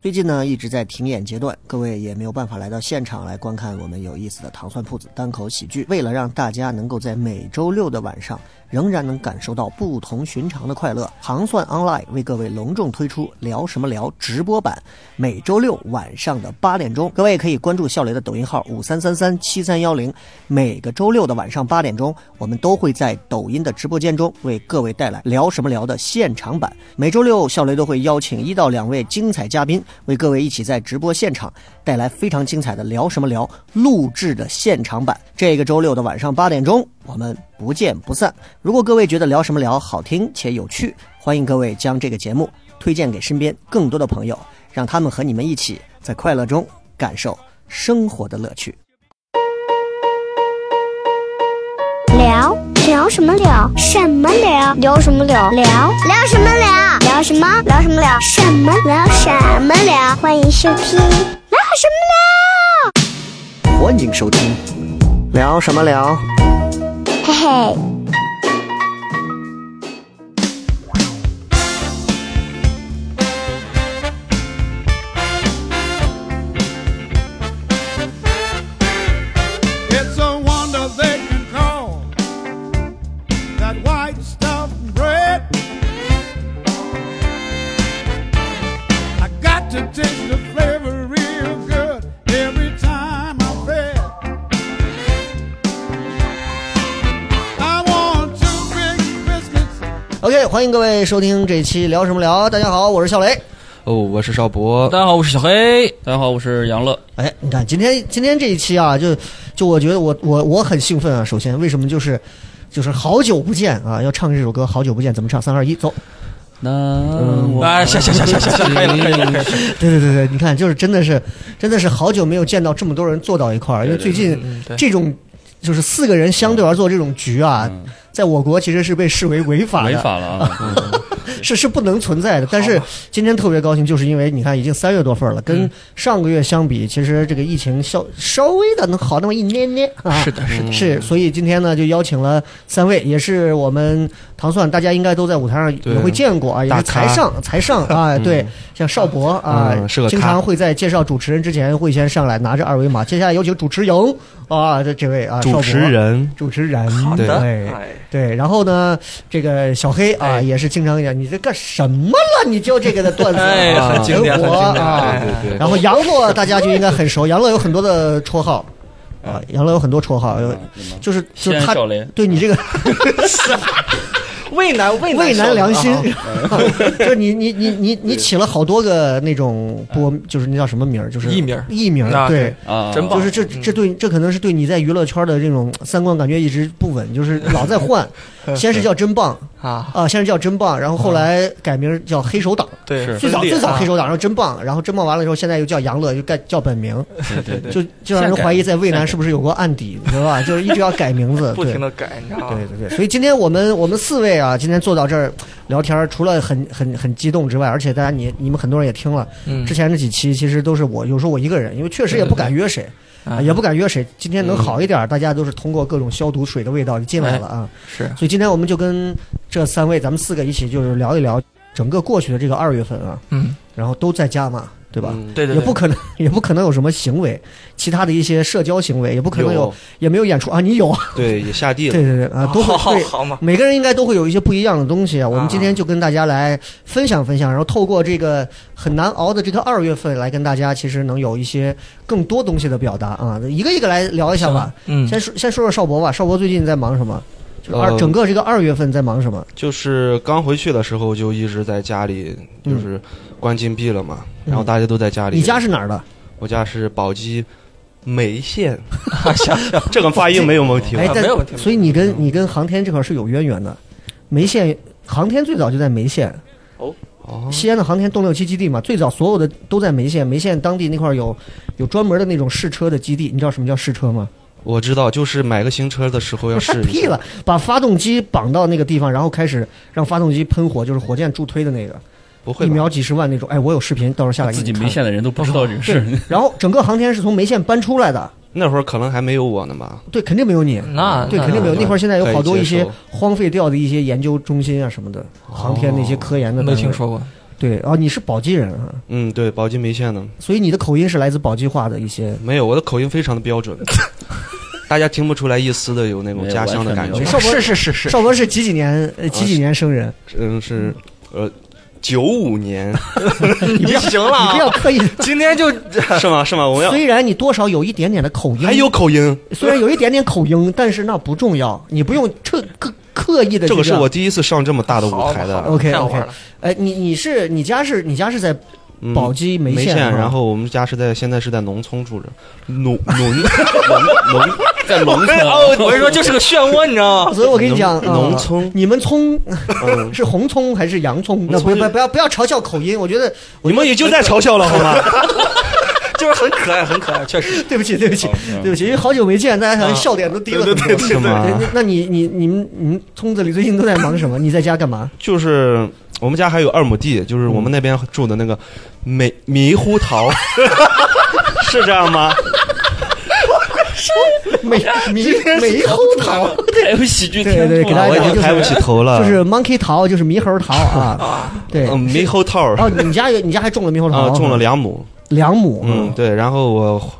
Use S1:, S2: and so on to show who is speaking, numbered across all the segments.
S1: 最近呢一直在停演阶段，各位也没有办法来到现场来观看我们有意思的糖蒜铺子单口喜剧。为了让大家能够在每周六的晚上仍然能感受到不同寻常的快乐，糖蒜 online 为各位隆重推出“聊什么聊”直播版，每周六晚上的八点钟，各位可以关注笑雷的抖音号五三三三七三幺零，每个周六的晚上八点钟，我们都会在抖音的直播间中为各位带来“聊什么聊”的现场版。每周六笑雷都会邀请一到两位精彩嘉宾。为各位一起在直播现场带来非常精彩的“聊什么聊”录制的现场版。这个周六的晚上八点钟，我们不见不散。如果各位觉得“聊什么聊”好听且有趣，欢迎各位将这个节目推荐给身边更多的朋友，让他们和你们一起在快乐中感受生活的乐趣。
S2: 聊聊什么聊？什么聊？聊什么聊？聊聊什么聊？聊什么？聊什么聊？什么聊？什么聊？欢迎收听聊什么
S1: 欢迎收听“聊什么聊
S2: 聊？嘿嘿，”，
S3: It's a wonder they can call that white stuff bread. I got to taste the flavor real good every time I fed. I want two big biscuits.
S1: OK，欢迎各位收听这期“聊什么聊”。大家好，我是笑雷。
S4: 哦，我是邵博
S5: 大。家好，我是小黑。大家好，我是杨乐。
S1: 哎，你看今天今天这一期啊，就就我觉得我我我很兴奋啊。首先，为什么就是就是好久不见啊？要唱这首歌《好久不见》，怎么唱？三二一，走！
S5: 那我啊，下下下下下下，可以了，可以了，可以了。
S1: 对对对对，你看，就是真的是真的是好久没有见到这么多人坐到一块儿，因为最近
S5: 对
S1: 这种就是四个人相对而坐这种局啊，在我国其实是被视为违法的，
S5: 嗯违法了啊！
S1: 是是不能存在的。但是今天特别高兴，就是因为你看已经三月多份了，
S4: 嗯
S1: 跟上个月相比，其实这个疫情稍稍微的能好那么一捏捏啊。
S5: 是的，是的，
S1: 是，所以今天呢，就邀请了三位，也是我们糖蒜，大家应该都在舞台上也会见过啊，也
S4: 大
S1: 是
S4: 咖嗯
S1: 才上才上啊，对，像邵博啊
S4: 嗯是个，咖
S1: 经常会在介绍主持人之前会先上来拿着二维码。接下来有请主持人啊，这这位啊，邵
S4: 主
S1: 博
S4: 持。人，
S1: 主持人，
S4: 的
S1: 对
S5: 哎
S1: 对，然后呢，这个小黑啊，也是经常讲，你这干什么了？你就这个的段子，
S5: 哎
S1: 啊
S5: 很经典
S1: 火
S5: 很经典
S1: 啊
S5: 哎
S4: 对对对
S1: 然后杨乐大家就应该很熟，杨乐有很多的绰号啊，杨乐有很多绰号，有就是就是
S5: 哎嗯先
S1: 他
S5: 少林
S1: 对 你这个
S6: 畏难畏
S1: 畏难良心
S6: 啊，
S1: 就是你你你你你起了好多个那种播，
S5: 哎
S1: 就是那叫什么名儿，就是
S6: 艺名儿
S1: 艺名儿
S6: 啊
S1: 对
S6: 对。
S5: 啊，
S6: 真棒
S1: 就是这这对这可能是对你在娱乐圈的这种三观感觉一直不稳，就是老在 换，先是叫真棒
S6: 啊，
S1: 啊，先是叫真棒，然后后来改名叫黑手党，
S6: 对，
S5: 是
S1: 最早
S6: 分裂
S1: 最早
S6: 啊
S1: 黑手党，然后真棒，然后真棒完了之后，现在又叫杨乐，又改叫本名，
S5: 对对对，
S1: 就就让人怀疑在渭南是不是有过案底，对吧？就是一直要改名字，
S6: 不
S1: 对
S6: 停的改，你知道
S1: 对
S6: 吗？
S1: 对对，所以今天我们我们四位啊，今天坐到这儿聊天儿，除了很很很激动之外，而且大家你你们很多人也听了，
S6: 嗯
S1: 之前这几期其实都是我有时候我一个人，因为确实也不敢约谁，啊也不敢约谁。今
S6: 嗯
S1: 天能好一点儿，大家都是通过各种消毒水的味道就进来了啊。
S6: 哎是
S1: 所以今天我们就跟这三位咱们四个一起就是聊一聊整个过去的这个二月份啊，
S6: 嗯，
S1: 然后都在家嘛，对吧？
S4: 嗯
S6: 对对，
S1: 也不可能，也不可能有什么行为，其他的一些社交行为也不可能有，
S4: 有
S1: 也没有演出啊。你有啊？
S4: 对也下地
S1: 对
S4: 了，
S1: 对对 啊，都
S6: 好好
S1: 会对
S6: 好嘛，
S1: 每个人应该都会有一些不一样的东西啊。我们今天就跟大家来分享分享，然后透过这个很难熬的这个二月份，来跟大家其实能有一些更多东西的表达啊。一个一个来聊一下吧。
S6: 嗯
S1: 先说先说说邵博吧，邵博最近在忙什么？就是二、
S4: 呃啊
S1: 整个这个二月份在忙什么？
S4: 就是刚回去的时候就一直在家里，就是关禁闭了嘛，
S1: 嗯
S4: 然后大家都在家里。
S1: 你家是哪儿的？
S4: 我家是宝鸡眉县，这个发音没有问题吧
S1: 哎，？但
S6: 没有问题
S1: 所以你跟你跟航天这块是有渊源的。眉县航天最早就在眉县，
S4: 哦，
S1: 西安的航天动六七基地嘛，最早所有的都在眉县。眉县当地那块儿有有专门的那种试车的基地，你知道什么叫试车吗？
S4: 我知道，就是买个新车的时候要试一
S1: 屁
S4: 下
S1: 了。，把发动机绑到那个地方，然后开始让发动机喷火，就是火箭助推的那个，
S4: 不会
S1: 一
S4: 吧？
S1: 秒几十万那种。哎，我有视频，到时候下来给
S5: 自
S1: 你
S5: 己
S1: 看
S5: 眉县的人都不知道这个事
S1: 对，然后整个航天是从眉县搬出来的，
S4: 那会儿可能还没有我呢吧？
S1: 对，肯定没有你。
S6: 那
S1: 对，肯定没有。
S4: 那
S1: 那会儿现在有好多一些
S4: 可以接
S1: 荒废掉的一些研究中心啊什么的，航天那些科研的单
S6: 那
S1: 位
S6: 哦没听。说过，
S1: 对哦，你是宝鸡人啊，
S4: 嗯，对，宝鸡眉县的，
S1: 所以你的口音是来自宝鸡话的一些。
S4: 没有，我的口音非常的标准，大家听不出来一丝的有那种家乡的感
S5: 没
S4: 觉
S5: 有。
S1: 邵博
S5: 是是是是，
S1: 邵博是几几年？呃，几几年生人？
S4: 嗯，是，呃，九五年，你行了
S1: 你不要
S4: 啊，
S1: 刻意。
S5: 今天就
S4: 是吗？是吗？我要
S1: 虽然你多少有一点点的口音，
S4: 还有口音，
S1: 虽然有一点点口音，但是那不重要，你不用特刻刻意的。
S4: 这个是我第一次上这么大的舞台的。
S1: OK
S5: 太好
S1: OK
S5: 玩了。
S1: 哎，你你是你家是你家是在
S4: 嗯
S1: 宝鸡眉
S4: 眉县，
S1: 啊
S4: 然后我们家是在现在是在农村住着， 农农农农 在农村，
S5: 哦，我跟你 说，就是个漩涡，你知道吗？
S1: 所以我跟你讲，
S4: 农农
S1: 啊
S4: 村
S1: 你们葱
S4: 嗯
S1: 是红葱还是洋葱？那
S4: 那
S1: 不
S4: 不
S1: 不不要不要嘲笑口 音，我觉得
S4: 你们也就在嘲笑了好吗？
S5: 就是很可爱，很可爱，确实。
S1: 对不起对不起
S4: 哦
S1: 对不起，因为好久没见，大家好像笑点都低了很多。
S4: 啊对对对是吗
S1: 那那你你你们你们村子里最近都在忙什么？你在家干 嘛？
S4: 就是我们家还有二亩地，就是我们那边种的那个梅猕猴桃，是这样吗？
S1: 没猕猕猴桃，
S5: 还有喜剧
S1: 对对，给大家
S4: 啊我已
S1: 讲
S4: 经
S1: 就是
S4: 抬不起头了
S1: 就是 monkey 桃，就是猕猴桃 啊。对，
S4: 啊嗯，猕猴桃儿
S1: 哦，你家有你家还种了猕猴
S4: 啊
S1: 桃，，嗯
S4: 种了两亩，
S1: 两亩，
S4: 嗯，对，然后我。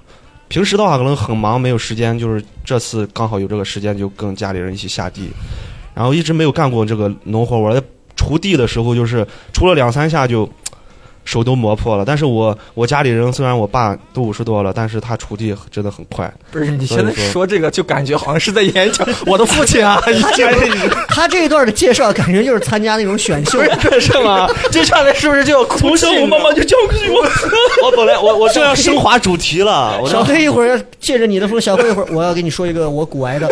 S4: 平时的话可能很忙，没有时间，就是这次刚好有这个时间，就跟家里人一起下地，然后一直没有干过这个农活。我在锄地的时候，就是锄了两三下就手都磨破了。但 是我我家里人虽然我爸都五十多了，但是他锄地真的很快。
S5: 不是你
S4: 所以
S5: 现在
S4: 说
S5: 说这个，就感觉好像是在演讲我的父 亲啊，已经
S1: 他这一段的介绍，感觉就是参加那种选 秀。
S5: 是吗？接下来是不是就要 哭泣呢？从
S4: 我妈妈
S5: 就教育我，
S4: 我本来我我这要升华主题了，我
S1: 小黑一会儿要借着你的风，小黑一会儿我要跟你说一个我古癌的，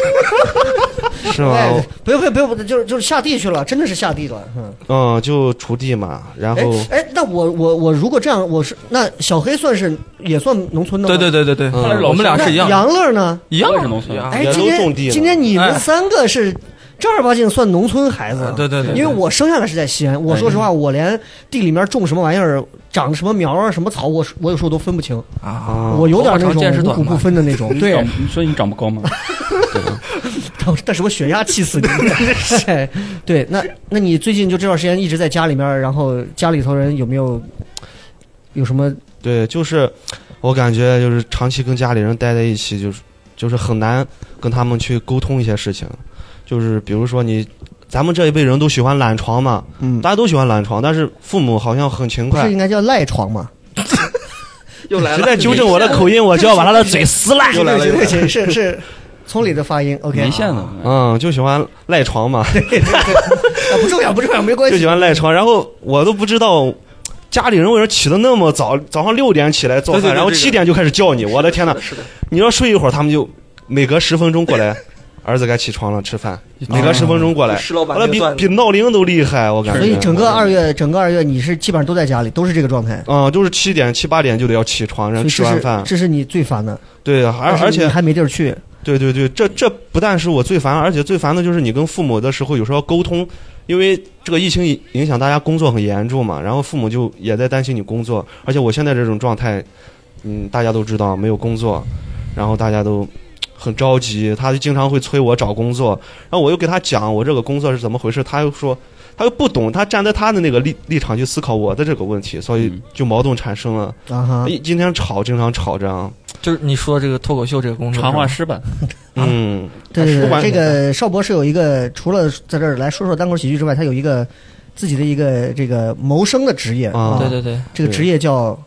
S4: 这是
S1: 哎
S4: 吗？，
S1: 不用不用不用，就是就是下地去了，真的是下地了。嗯，
S4: 嗯，就锄地嘛，然
S1: 哎
S4: 后
S1: 哎，那我我我如果这样，我是那小黑算是也算农村的吗？
S5: 对对对对对，
S4: 嗯
S5: 我们俩
S1: 那
S5: 是一样的，
S1: 杨乐呢？
S5: 一样啊
S6: 我也是农村
S5: 一样
S1: 哎，
S4: 啊也都
S1: 今天
S4: 种地了
S1: 今天你们
S5: 哎啊
S1: 三个是正儿八经算农村孩子，啊
S5: 对对对对哎
S1: 因为我生下来是在西安，我说实话，我连地里面种什么玩意儿、长什么苗啊、什么草，我我有时候都分不清，
S5: 啊，
S4: 啊，
S1: 我有点
S5: 头发
S1: 那
S5: 长见识
S1: 种五
S5: 短
S1: 谷不
S5: 嘛
S1: 分的那 种。对
S5: 啊
S6: 你，长你说你长不高吗？
S1: 但是我血压气死你！ 哎对，那那你最近就这段时间一直在家里面，然后家里头人有没有有什么？
S4: 对，就是我感觉就是长期跟家里人待在一起，就是就是很难跟他们去沟通一些事情，就是比如说你。咱们这一辈人都喜欢懒床嘛，
S1: 嗯
S4: 大家都喜欢懒床，但是父母好像很勤
S1: 不是
S4: 快
S1: 应。该叫赖床吗？
S5: 又来
S4: 谁
S5: 了，
S4: 在纠正我的口音，我就要把他的嘴撕烂。
S1: 对不起，对不 起，是是村里的发音。OK，
S6: 没线的，
S4: 嗯，就喜欢赖床嘛。
S1: 啊不重要，不重要，没关
S4: 就喜
S1: 系。
S4: 欢赖床，然后我都不知道。家里人为什么起的那么早？早上六点起来做饭，
S5: 对对对
S4: 然后
S5: 这个
S4: 七点就开始叫你。我的 天呐！你要睡一会儿，他们就每隔十分钟过来，儿子该起床了，吃饭。每隔十分钟过来，
S5: 石啊老板
S4: 完了
S5: 那个
S4: 比
S5: 段子
S4: 比闹铃都厉害，我感觉。
S1: 所以整个二月，整个二月你是基本上都在家里，都是这个状态。
S4: 嗯，就是七点七八点就得要起床，然
S1: 所
S4: 后
S1: 以
S4: 吃
S1: 这
S4: 完
S1: 是
S4: 饭。
S1: 这是你最烦的，
S4: 对，而
S1: 但是
S4: 而
S1: 你
S4: 且
S1: 还没地儿去。
S4: 对对对，这这不但是我最烦，而且最烦的就是你跟父母的时候有时候要沟通，因为这个疫情影影响大家工作很严重嘛，然后父母就也在担心你工作，而且我现在这种状态，嗯，大家都知道没有工作，然后大家都很着急，他就经常会催我找工作，然后我又给他讲我这个工作是怎么回事，他又说他又不懂，他站在他的那个立立场去思考我的这个问题，所以
S6: 嗯
S4: 就矛盾产生了，
S1: 啊哈，
S4: 一今天吵，经常吵这啊样，
S5: 就是你说这个脱口秀这个工作，
S6: 长话师吧，
S4: 嗯，
S1: 对对
S4: 不
S1: 对，
S4: 管
S1: 这个邵博是有一个除了在这儿来说说单口喜剧之外，他有一个自己的一个这个谋生的职业
S4: 啊
S5: 对对对，
S1: 这个职业叫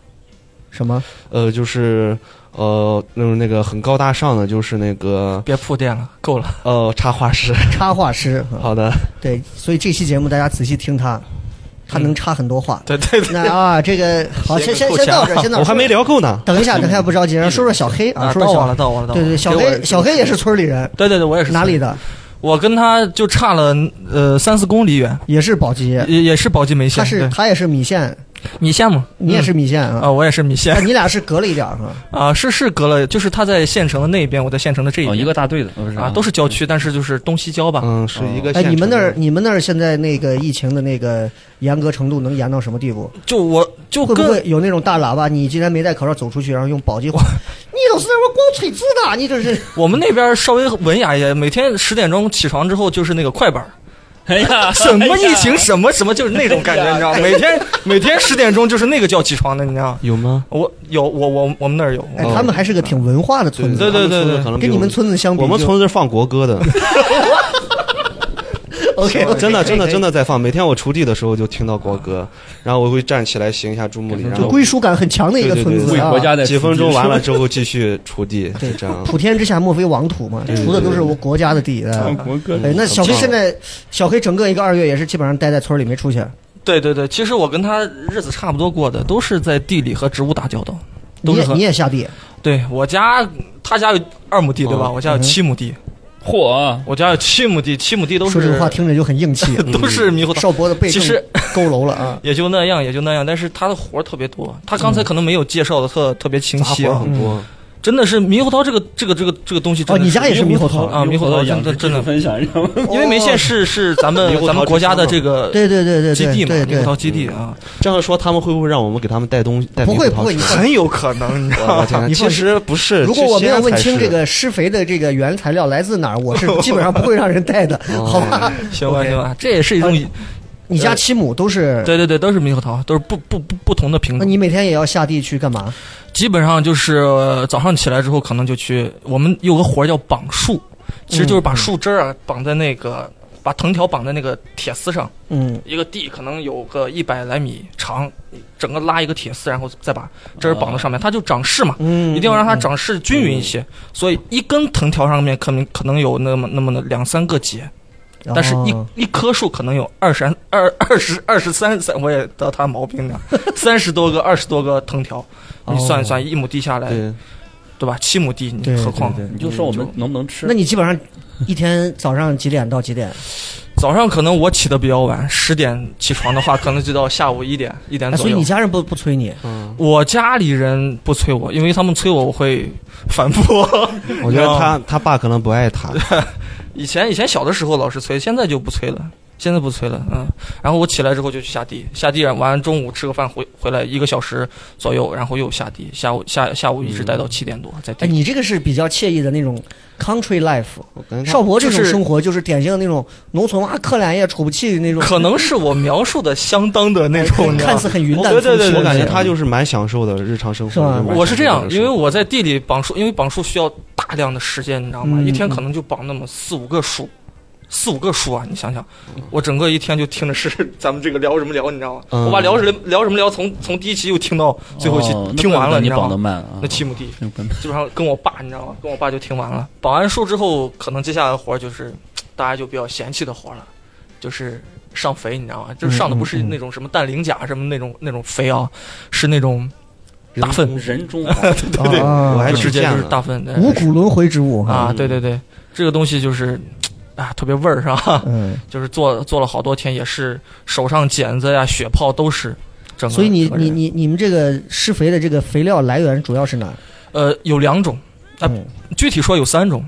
S1: 什么？
S4: 呃，就是呃，那种那个很高大上的，就是那个
S5: 别铺垫了，够了，
S4: 呃，插画师。
S1: 插画师。啊
S4: 好的，
S1: 对，所以这期节目大家仔细听他，
S4: 嗯
S1: 他能插很多话。
S5: 对对对，
S1: 那啊，这个好，先先
S5: 先
S1: 先到
S5: 扣
S1: 这
S5: 钱
S1: 儿，先到这儿。
S4: 我还没聊够呢。
S1: 等一下，等一下，不着急，然后说说小黑啊，
S5: 啊，
S1: 说
S5: 到
S1: 说
S5: 我
S1: 小
S5: 了，到我了，到我
S1: 对
S5: 了
S1: 对，小
S5: 给我
S1: 黑，小黑也是村里人，
S5: 对对对， 我也是
S1: 哪里？的？
S5: 我跟他就差了呃三四公里远，
S1: 也是宝鸡，
S5: 也也是宝鸡眉县，
S1: 他是
S5: 对嗯
S1: 他也是米线，
S5: 米县嘛，
S1: 你也是米线
S5: 嗯
S1: 啊，
S5: 啊，我也是米县
S1: 但你俩是隔了一点儿哈。
S5: 啊，是是隔了，就是他在县城的那一边，我在县城的这一
S6: 哦，
S5: 边，
S6: 一个大队的，哦不是
S5: 啊都是郊区，但是就是东西郊吧，
S4: 嗯，是一个县
S1: 哎，
S4: 城的。
S1: 你们那儿你们那儿现在那个疫情的那个严格程度能严到什么地步？
S5: 就我就
S1: 会不
S5: 跟
S1: 会有那种大喇叭？你竟然没戴口罩走出去，然后用宝鸡话？ 你老是在那光吹子 的，你这是
S5: 我们那边稍微文雅一些，每天十点钟起床之后就是那个快板儿，哎呀，
S7: 什么疫
S5: 哎
S7: 情，
S5: 呀？
S7: 什么什么，就是那种感觉，你知道吗？每天每天十点钟就是那个叫起床的，你知道吗？
S4: 有吗？
S7: 我有我我我们那儿有，
S1: 哎，
S5: 哦
S7: 我
S1: 他们还是个挺文化的村子，啊
S7: 对对对对
S4: 可能比
S1: 跟你
S4: 我
S1: 们村子相比就，
S4: 我们村子是放国歌的，
S1: OK， 哎
S4: 真的真的真
S1: 的
S4: 的在放。每天我锄地的时候就听到国歌，然后我会站起来行一下注目礼，然
S1: 嗯就
S4: 后
S1: 归属感很强的一个
S4: 对对
S1: 村
S4: 对
S1: 子
S4: 为
S1: 啊。
S5: 国家的
S4: 几分钟完了之后继续锄地，就
S1: 对
S4: 这样，。
S1: 普天之下莫非王土嘛，
S4: 对对
S1: 除的都是我国家的地。哎
S6: 唱嗯国歌，
S1: 哎，那小黑
S4: 嗯很棒
S1: 现在，小黑整个一个二月也是基本上待在村里没出去。
S7: 对对对，其实我跟他日子差不多过的，都是在地里和植物打交道。
S1: 你
S7: 都是
S1: 也
S7: 很
S1: 你也下地，
S7: 对我家，他家有二亩地对吧？
S4: 嗯
S7: 我家有七亩地，
S5: 嚯！啊
S7: 我家有七亩地，七亩地都
S1: 说
S7: 是
S1: 这个话听着就很硬气。
S7: 都是猕猴桃，
S1: 少博的背
S7: 其
S1: 正
S7: 实
S1: 佝偻了 啊！
S7: 也就那样，也就那样。但是他的活儿特别多，他刚才可能没有介绍的特特别清
S4: 杂
S7: 晰
S4: 活
S7: 啊，
S4: 很多，
S1: 嗯
S7: 真的是猕猴桃这个这个这个这个东西真
S1: 哦，
S7: 的是。
S1: 你家也是猕猴桃？
S7: 啊猕猴桃
S6: 养
S7: 真的
S6: 殖
S7: 真的
S6: 技术分享，你知道 吗？
S7: 因为眉县市是咱
S4: 猕
S7: 们
S4: 猴桃
S7: 咱们国家的这个
S1: 对对对对
S7: 基地
S1: 对
S7: 嘛，
S1: 对
S7: 猕猴桃
S1: 对，
S7: 基地啊，
S4: 这样说他们会不会让我们给他们带东西？带
S1: 不会
S4: 猕
S1: 不
S4: 猴桃
S1: 会，你
S4: 去
S1: 放心
S7: 有可能，你知
S4: 我的天
S1: 你放
S4: 其实不是。
S1: 如果我没有问清这
S4: 这，
S1: 个施肥的这个原材料来自哪儿，我是基本上不会让人带 的，
S4: 哦
S1: 好吧？
S7: 行吧
S1: OK 哦
S7: 行吧，这也是一种，
S1: 你家七亩都是，
S7: 对对对，都是猕猴桃，都是不不不不同的品
S1: 那哦
S7: 种。
S1: 你每天也要下地去干嘛？
S7: 基本上就是呃早上起来之后，可能就去我们有个活儿叫绑树，其实就是
S1: 嗯
S7: 把树枝儿啊绑在那个把藤条绑在那个铁丝上，
S1: 嗯，
S7: 一个地可能有个一百来米长，整个拉一个铁丝，然后再把枝儿绑到上面，它就长势嘛。
S1: 嗯
S7: 一定要让它长势均匀一些，所以一根藤条上面可能可能有那么那么的两三个节，但是一、
S1: 哦
S7: 一棵树可能有二三二二十二十三三，我也得他 毛病了，三十多个二十多个藤条，
S1: 哦
S7: 你算一算，一亩地下来，
S4: 对，
S7: 对吧？七亩地，你
S1: 对
S7: 何况
S1: 对对
S6: 你就说我们能不能吃
S1: 那？你基本上一天早上几点到几点？
S7: 早上可能我起的比较晚，十点起床的话，可能就到下午一点一点
S1: 哎
S7: 左
S1: 所以
S7: 右。
S1: 你家人不不催你，
S4: 嗯，
S7: 我家里人不催我，因为他们催我，我会反 驳。
S4: 我觉得他他爸可能不爱 他，
S7: 以前以前小的时候老是催，现在就不催了，现在不催了，嗯。然后我起来之后就去下地，下地完中午吃个饭回回来一个小时左右，然后又下地，下午下下午一直待到七点多在地
S1: 哎，。你这个是比较惬意的那种 country life。
S4: 我感觉他
S1: 少博这种
S7: 就是
S1: 生活就是典型的那种农村啊，克两夜杵不起那种，
S7: 可能是我描述的相当的那种， 你知道
S1: 哎看
S7: 吗
S1: 似很云淡
S4: 对
S1: 风轻
S4: 对
S1: 的那
S4: 对，
S1: 种。
S4: 我感觉他就是蛮享受的日常生活。
S1: 是吧
S4: 就蛮
S7: 我是这
S4: 享
S7: 样，
S4: 受
S7: 因
S4: 的
S7: 为我在地里绑树，因为绑树需要大量的时间，你知道吗？
S1: 嗯
S7: 一天可能就绑那么四五个树，四五个树啊！你想想，
S6: 嗯
S7: 我整个一天就听的是 咱们这个聊什么聊，你知道吗？
S4: 嗯
S7: 我把聊什么聊什么聊从从第一期又听到最后一期，
S6: 哦
S7: 听完
S6: 那怪不
S7: 了，
S6: 得你
S7: 知道
S6: 绑得
S7: 吗？
S6: 慢啊
S7: 那，七亩地
S6: 那怪 不得
S7: 基本上跟我爸，你知道吗？跟我爸就听完了。绑完树之后，可能接下来的活儿就是大家就比较嫌弃的活儿了，就是上肥，你知道吗？就是上的不
S6: 嗯
S7: 是那种什么氮磷钾什么那种那种肥啊，是那种大粪。
S6: 人 中
S1: 对对，
S4: 我
S1: 啊
S4: 还
S7: 就
S4: 去
S7: 直接
S4: 见
S7: 就是
S4: 了
S7: 大粪对
S1: 五谷轮回之物哈。
S7: 啊，对对对，这个东西就是，啊，特别味儿是吧？
S1: 嗯，
S7: 就是做做了好多天，也是手上茧子呀、血泡都是。整个
S1: 所以你
S7: 整个人
S1: 你你你们这个施肥的这个肥料来源主要是哪儿？
S7: 呃有两种，啊
S1: 嗯
S7: 具体说有三种，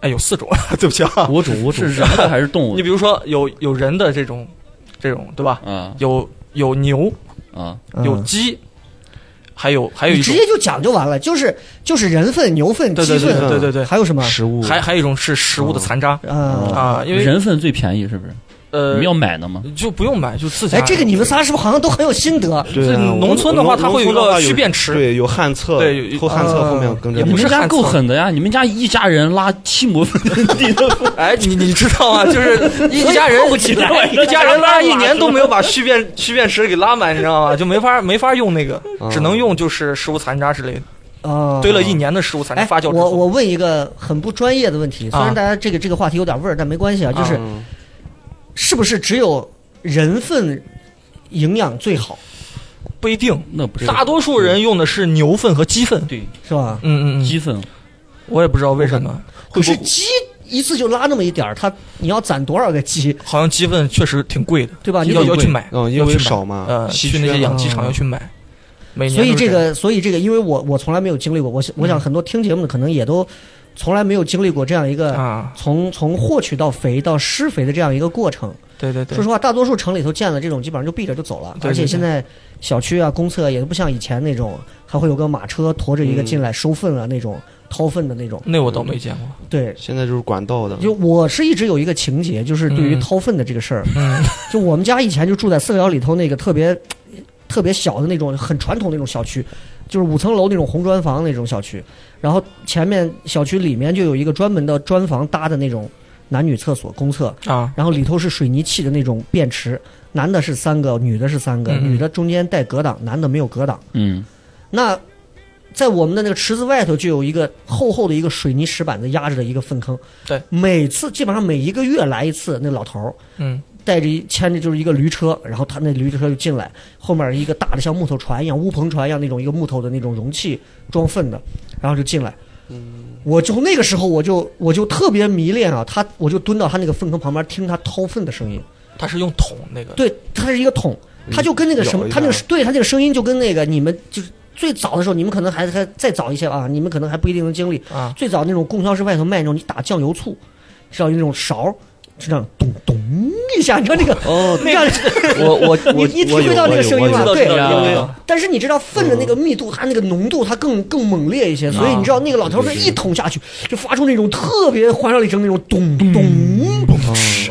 S7: 哎有四种， 对不起啊。
S6: 五种五种 是人的还是动物
S7: 你
S6: 的？
S7: 比如说有有人的这种这种对吧？
S6: 啊
S7: 有有牛，
S6: 啊，
S1: 嗯
S7: 有鸡，还有还有
S1: 你
S7: 一
S1: 直
S7: 种
S1: 接就讲就完了，就是就是人粪、牛粪、
S7: 对
S1: 鸡
S7: 对对
S1: 粪，
S7: 对对对
S1: 还有什么？
S4: 食物，
S7: 还还有一种是食物的残渣
S1: 啊，
S7: 啊，因为
S6: 人粪最便宜是不是？你
S7: 呃
S6: 们要买的吗？
S7: 就不用买，就自家
S1: 哎
S7: 养。，
S1: 这个你们仨是不是好像都很有心得？
S4: 对啊
S7: 这
S4: 我
S7: 农村的话
S4: 我
S7: 它会有一
S4: 农村的
S7: 个
S4: 话
S7: 蓄便池
S4: 对，有旱厕，
S7: 对有有
S4: 后旱厕
S1: 啊
S4: 后面跟着
S7: 也
S6: 你
S7: 不是
S6: 们家
S7: 旱
S6: 够
S7: 厕
S6: 狠的呀！你们家一家人拉七亩地 的，
S7: 哎，你你知道吗？就是 一家人一家人拉一年都没有把蓄便 蓄便池给拉满，你知道吗？就没法没法用那个，
S4: 嗯
S7: 只能用就是食物残渣之类的，
S1: 啊，
S7: 堆了一年的食物残渣
S1: 哎，
S7: 发酵之
S1: 我
S7: 后，
S1: 我问一个很不专业的问题，虽然
S7: 啊
S1: 大家这个这个话题有点味儿，但没关系啊，就是
S7: 啊
S1: 是不是只有人粪营养最好，
S7: 不一定。
S6: 那不是
S7: 大多数人用的是牛粪和鸡粪。
S6: 对
S1: 是吧？
S7: 嗯嗯嗯，
S6: 鸡粪，
S7: 我也不知道为什么，
S1: 可是鸡一次就拉那么一点儿，它你要攒多少个鸡，
S7: 好像鸡粪确实挺贵的，
S1: 对吧？
S7: 要
S1: 你
S7: 要
S1: 得
S7: 要去买，
S4: 嗯，因
S7: 要
S4: 为
S7: 去买
S4: 少嘛，
S7: 呃，
S4: 稀
S7: 去那
S4: 缺嘛
S7: 些
S4: 嗯
S7: 养鸡场
S1: 啊
S7: 要去买。每年
S1: 所以
S7: 都是
S1: 这
S7: 样嗯
S1: 个，所以这个，因为我我从来没有经历过，我想我想很多听节目的可能也都从来没有经历过这样一个
S7: 啊，
S1: 从从获取到肥到施肥的这样一个过程。
S7: 对对对
S1: 说，实话，大多数城里头建了这种，基本上就闭着就走了。
S7: 对对
S1: 而且
S7: 对
S1: 现在小区啊、公厕也不像以前那种，还会有个马车驮着一个进来收粪啊、那种掏粪的那种。
S7: 那我倒没见过。
S1: 对，
S4: 现在就是管道的，
S1: 嗯就我是一直有一个情节，就是对于
S7: 嗯
S1: 掏粪的这个事儿，
S7: 嗯
S1: 就我们家以前就住在四合窑里头那个特别特别小的那种很传统那种小区，就是五层楼那种红砖房那种小区，然后前面小区里面就有一个专门的砖房搭的那种男女厕所公厕，
S7: 啊，
S1: 然后里头是水泥砌的那种便池，男的是三个，女的是三个，
S7: 嗯
S1: 女的中间带隔挡，男的没有隔挡。
S6: 嗯
S1: 那在我们的那个池子外头就有一个厚厚的一个水泥石板子压着的一个粪坑。
S7: 对，
S1: 每次基本上每一个月来一次，那老头儿
S7: 嗯
S1: 带着一牵着就是一个驴车，然后他那驴车就进来，后面一个大的像木头船一样、乌篷船一样那种一个木头的那种容器装粪的，然后就进来。我就那个时候我就我就特别迷恋啊，他我就蹲到他那个粪坑旁边听他掏粪的声音，
S7: 他是用桶那个，
S1: 对，它是一个桶，它就跟那个什么，
S4: 咬一下
S1: 它那个对它那个声音就跟那个你们就是最早的时候，你们可能还还再早一些啊，你们可能还不一定能经历
S7: 啊
S1: 最早那种供销社外头卖那种你打酱油醋，知道有那种勺儿，就这样咚咚一下，你知道那个
S6: 哦，
S1: 那样，
S6: 我我
S1: 你
S6: 我
S1: 你体
S4: 我有
S1: 会到那
S4: 我
S1: 个
S4: 有
S1: 声
S4: 我
S1: 音
S4: 有
S1: 吗？
S7: 知道
S1: 对
S7: 知道，
S6: 呀
S7: 因为
S1: 但是你知道粪的那个密度，它那个浓度，它更更猛烈一些，所以你知道那个老头儿是一桶下去，就发出那种特别环绕里声那种咚咚，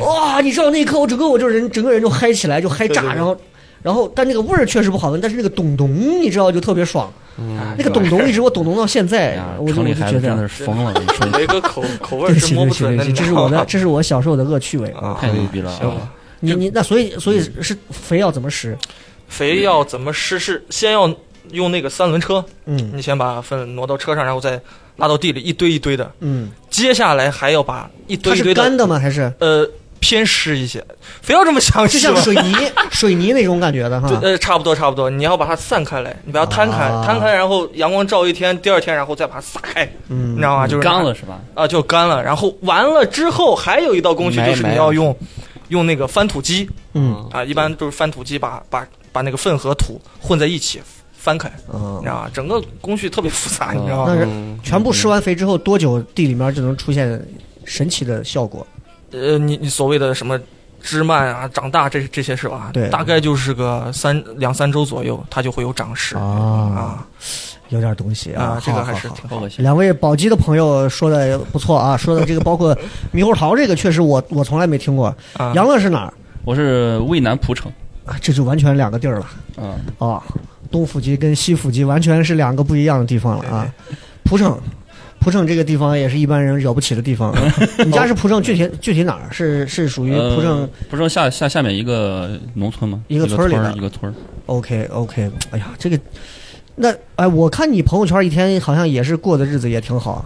S1: 哇！你知道那一刻，我整个我就人整个人就嗨起来，就嗨
S4: 对对
S1: 炸，
S4: 对
S1: 然后然后但那个味儿确实不好闻，但是那个咚咚，你知道就特别爽，
S4: 嗯
S1: 那个咚咚一直我咚咚到现在，
S7: 哎
S1: 我就
S6: 哎
S1: 我
S6: 城里
S1: 就
S6: 孩
S1: 觉
S6: 子真的
S1: 得。
S6: 是疯 了，我跟你说，
S7: 雷哥口口味
S1: 对不
S7: 儿是
S1: 起，
S7: 摸
S1: 对
S7: 不
S1: 不起，对不
S7: 准的，
S1: 起，
S7: 你
S1: 这
S7: 知
S1: 是
S7: 道
S1: 我
S7: 吗
S1: 的，这是我小时候的恶趣味。
S7: 啊
S6: 太牛逼
S4: 嗯
S6: 了
S7: 行
S6: 啊！
S1: 你你那所以所以是肥要怎么使？
S7: 肥要怎么施是先要用那个三轮车，
S1: 嗯
S7: 你先把粪挪到车上，然后再拉到地里一堆一堆的，
S1: 嗯，
S7: 接下来还要把一堆
S1: 它
S7: 一
S1: 是
S7: 堆
S1: 干的吗？还 是？
S7: 呃偏湿一些，非要这么详
S1: 就
S7: 细
S1: 像
S7: 吗？
S1: 水泥 水泥那种感觉的哈
S7: 对，。呃，差不多差不多，你要把它散开来，你把它摊开，
S1: 啊
S7: 摊开，然后阳光照一天，第二天然后再把它撒开，
S1: 嗯
S7: 你知道吗？就是
S6: 干了是吧？
S7: 啊，就干了。然后完了之后，还有一道工序
S4: 埋
S7: 就是
S4: 埋
S7: 你
S4: 了
S7: 要用用那个翻土机
S1: 嗯
S7: 啊，一般都是翻土机把把把那个粪和土混在一起翻开，你
S1: 嗯
S7: 知，道吗？整个工序特别复杂，你知道
S1: 那
S7: 吗？
S1: 是
S4: 嗯
S1: 全部施完肥之后多久地里面就能出现神奇的效果？
S7: 呃，你你所谓的什么枝蔓啊、长大这这些是吧？
S1: 对
S7: 大概就是个三两三周左右，它就会有长势
S1: 啊，
S7: 啊
S1: 有点东西
S7: 啊
S1: 啊，，
S7: 这个
S1: 好
S7: 还
S1: 好
S7: 是
S1: 好
S7: 挺
S6: 好恶心。
S1: 两位宝鸡的朋友说的不错啊，说的这个包 括猕猴桃这个，确实我我从来没听过。
S7: 啊。
S1: 杨乐是哪儿？
S6: 我是渭南蒲城，
S1: 啊这就完全两个地儿了
S6: 嗯，
S1: 啊！东府级跟西府级完全是两个不一样的地方了啊。蒲城，蒲城这个地方也是一般人惹不起的地方。啊 你家是蒲城具体具体哪儿？是是属于
S6: 呃
S1: 蒲城
S6: 蒲城下下下面一个农村吗？
S1: 一
S6: 一
S1: 个
S6: 个
S1: 村儿里的
S6: 儿一个村儿。
S1: OK OK，哎呀，这个，那哎，我看你朋友圈一天好像也是过的日子也挺好，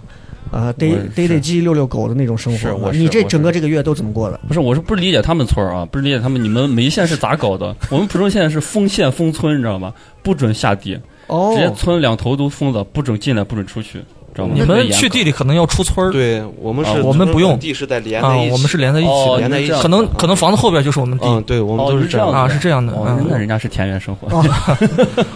S1: 啊、逮
S6: 我是
S1: 逮逮鸡遛遛狗的那种生活。啊
S6: 是我是
S1: 你这
S6: 我是
S1: 整个这个月都怎么过的？
S6: 不是，我是不理解他们村儿啊，不是理解他们你们眉县是咋搞的？我们蒲城县是封县封村，你知道吗？不准下地，直接
S1: 哦，
S6: 村两头都封了，不准进来，不准出去，知道吗？
S7: 你
S6: 特别
S7: 们
S6: 严
S7: 去
S6: 格
S7: 地里可能要出村儿
S4: 对我们是
S7: 啊我们不用
S4: 本地是在连
S7: 啊
S4: 在一，起，
S7: 我们是连在一起
S6: 哦
S7: 的，
S4: 连在一
S6: 你这
S4: 起，啊
S6: 样
S7: 可能可能房子后边就是我们地
S4: 嗯，对我们
S6: 哦
S4: 都
S6: 你
S4: 是
S6: 是
S4: 这
S6: 这
S4: 样
S6: 样
S4: 的
S7: 啊，是这样的。
S6: 哦
S7: 嗯，
S6: 那人家是田园生活。
S1: 哦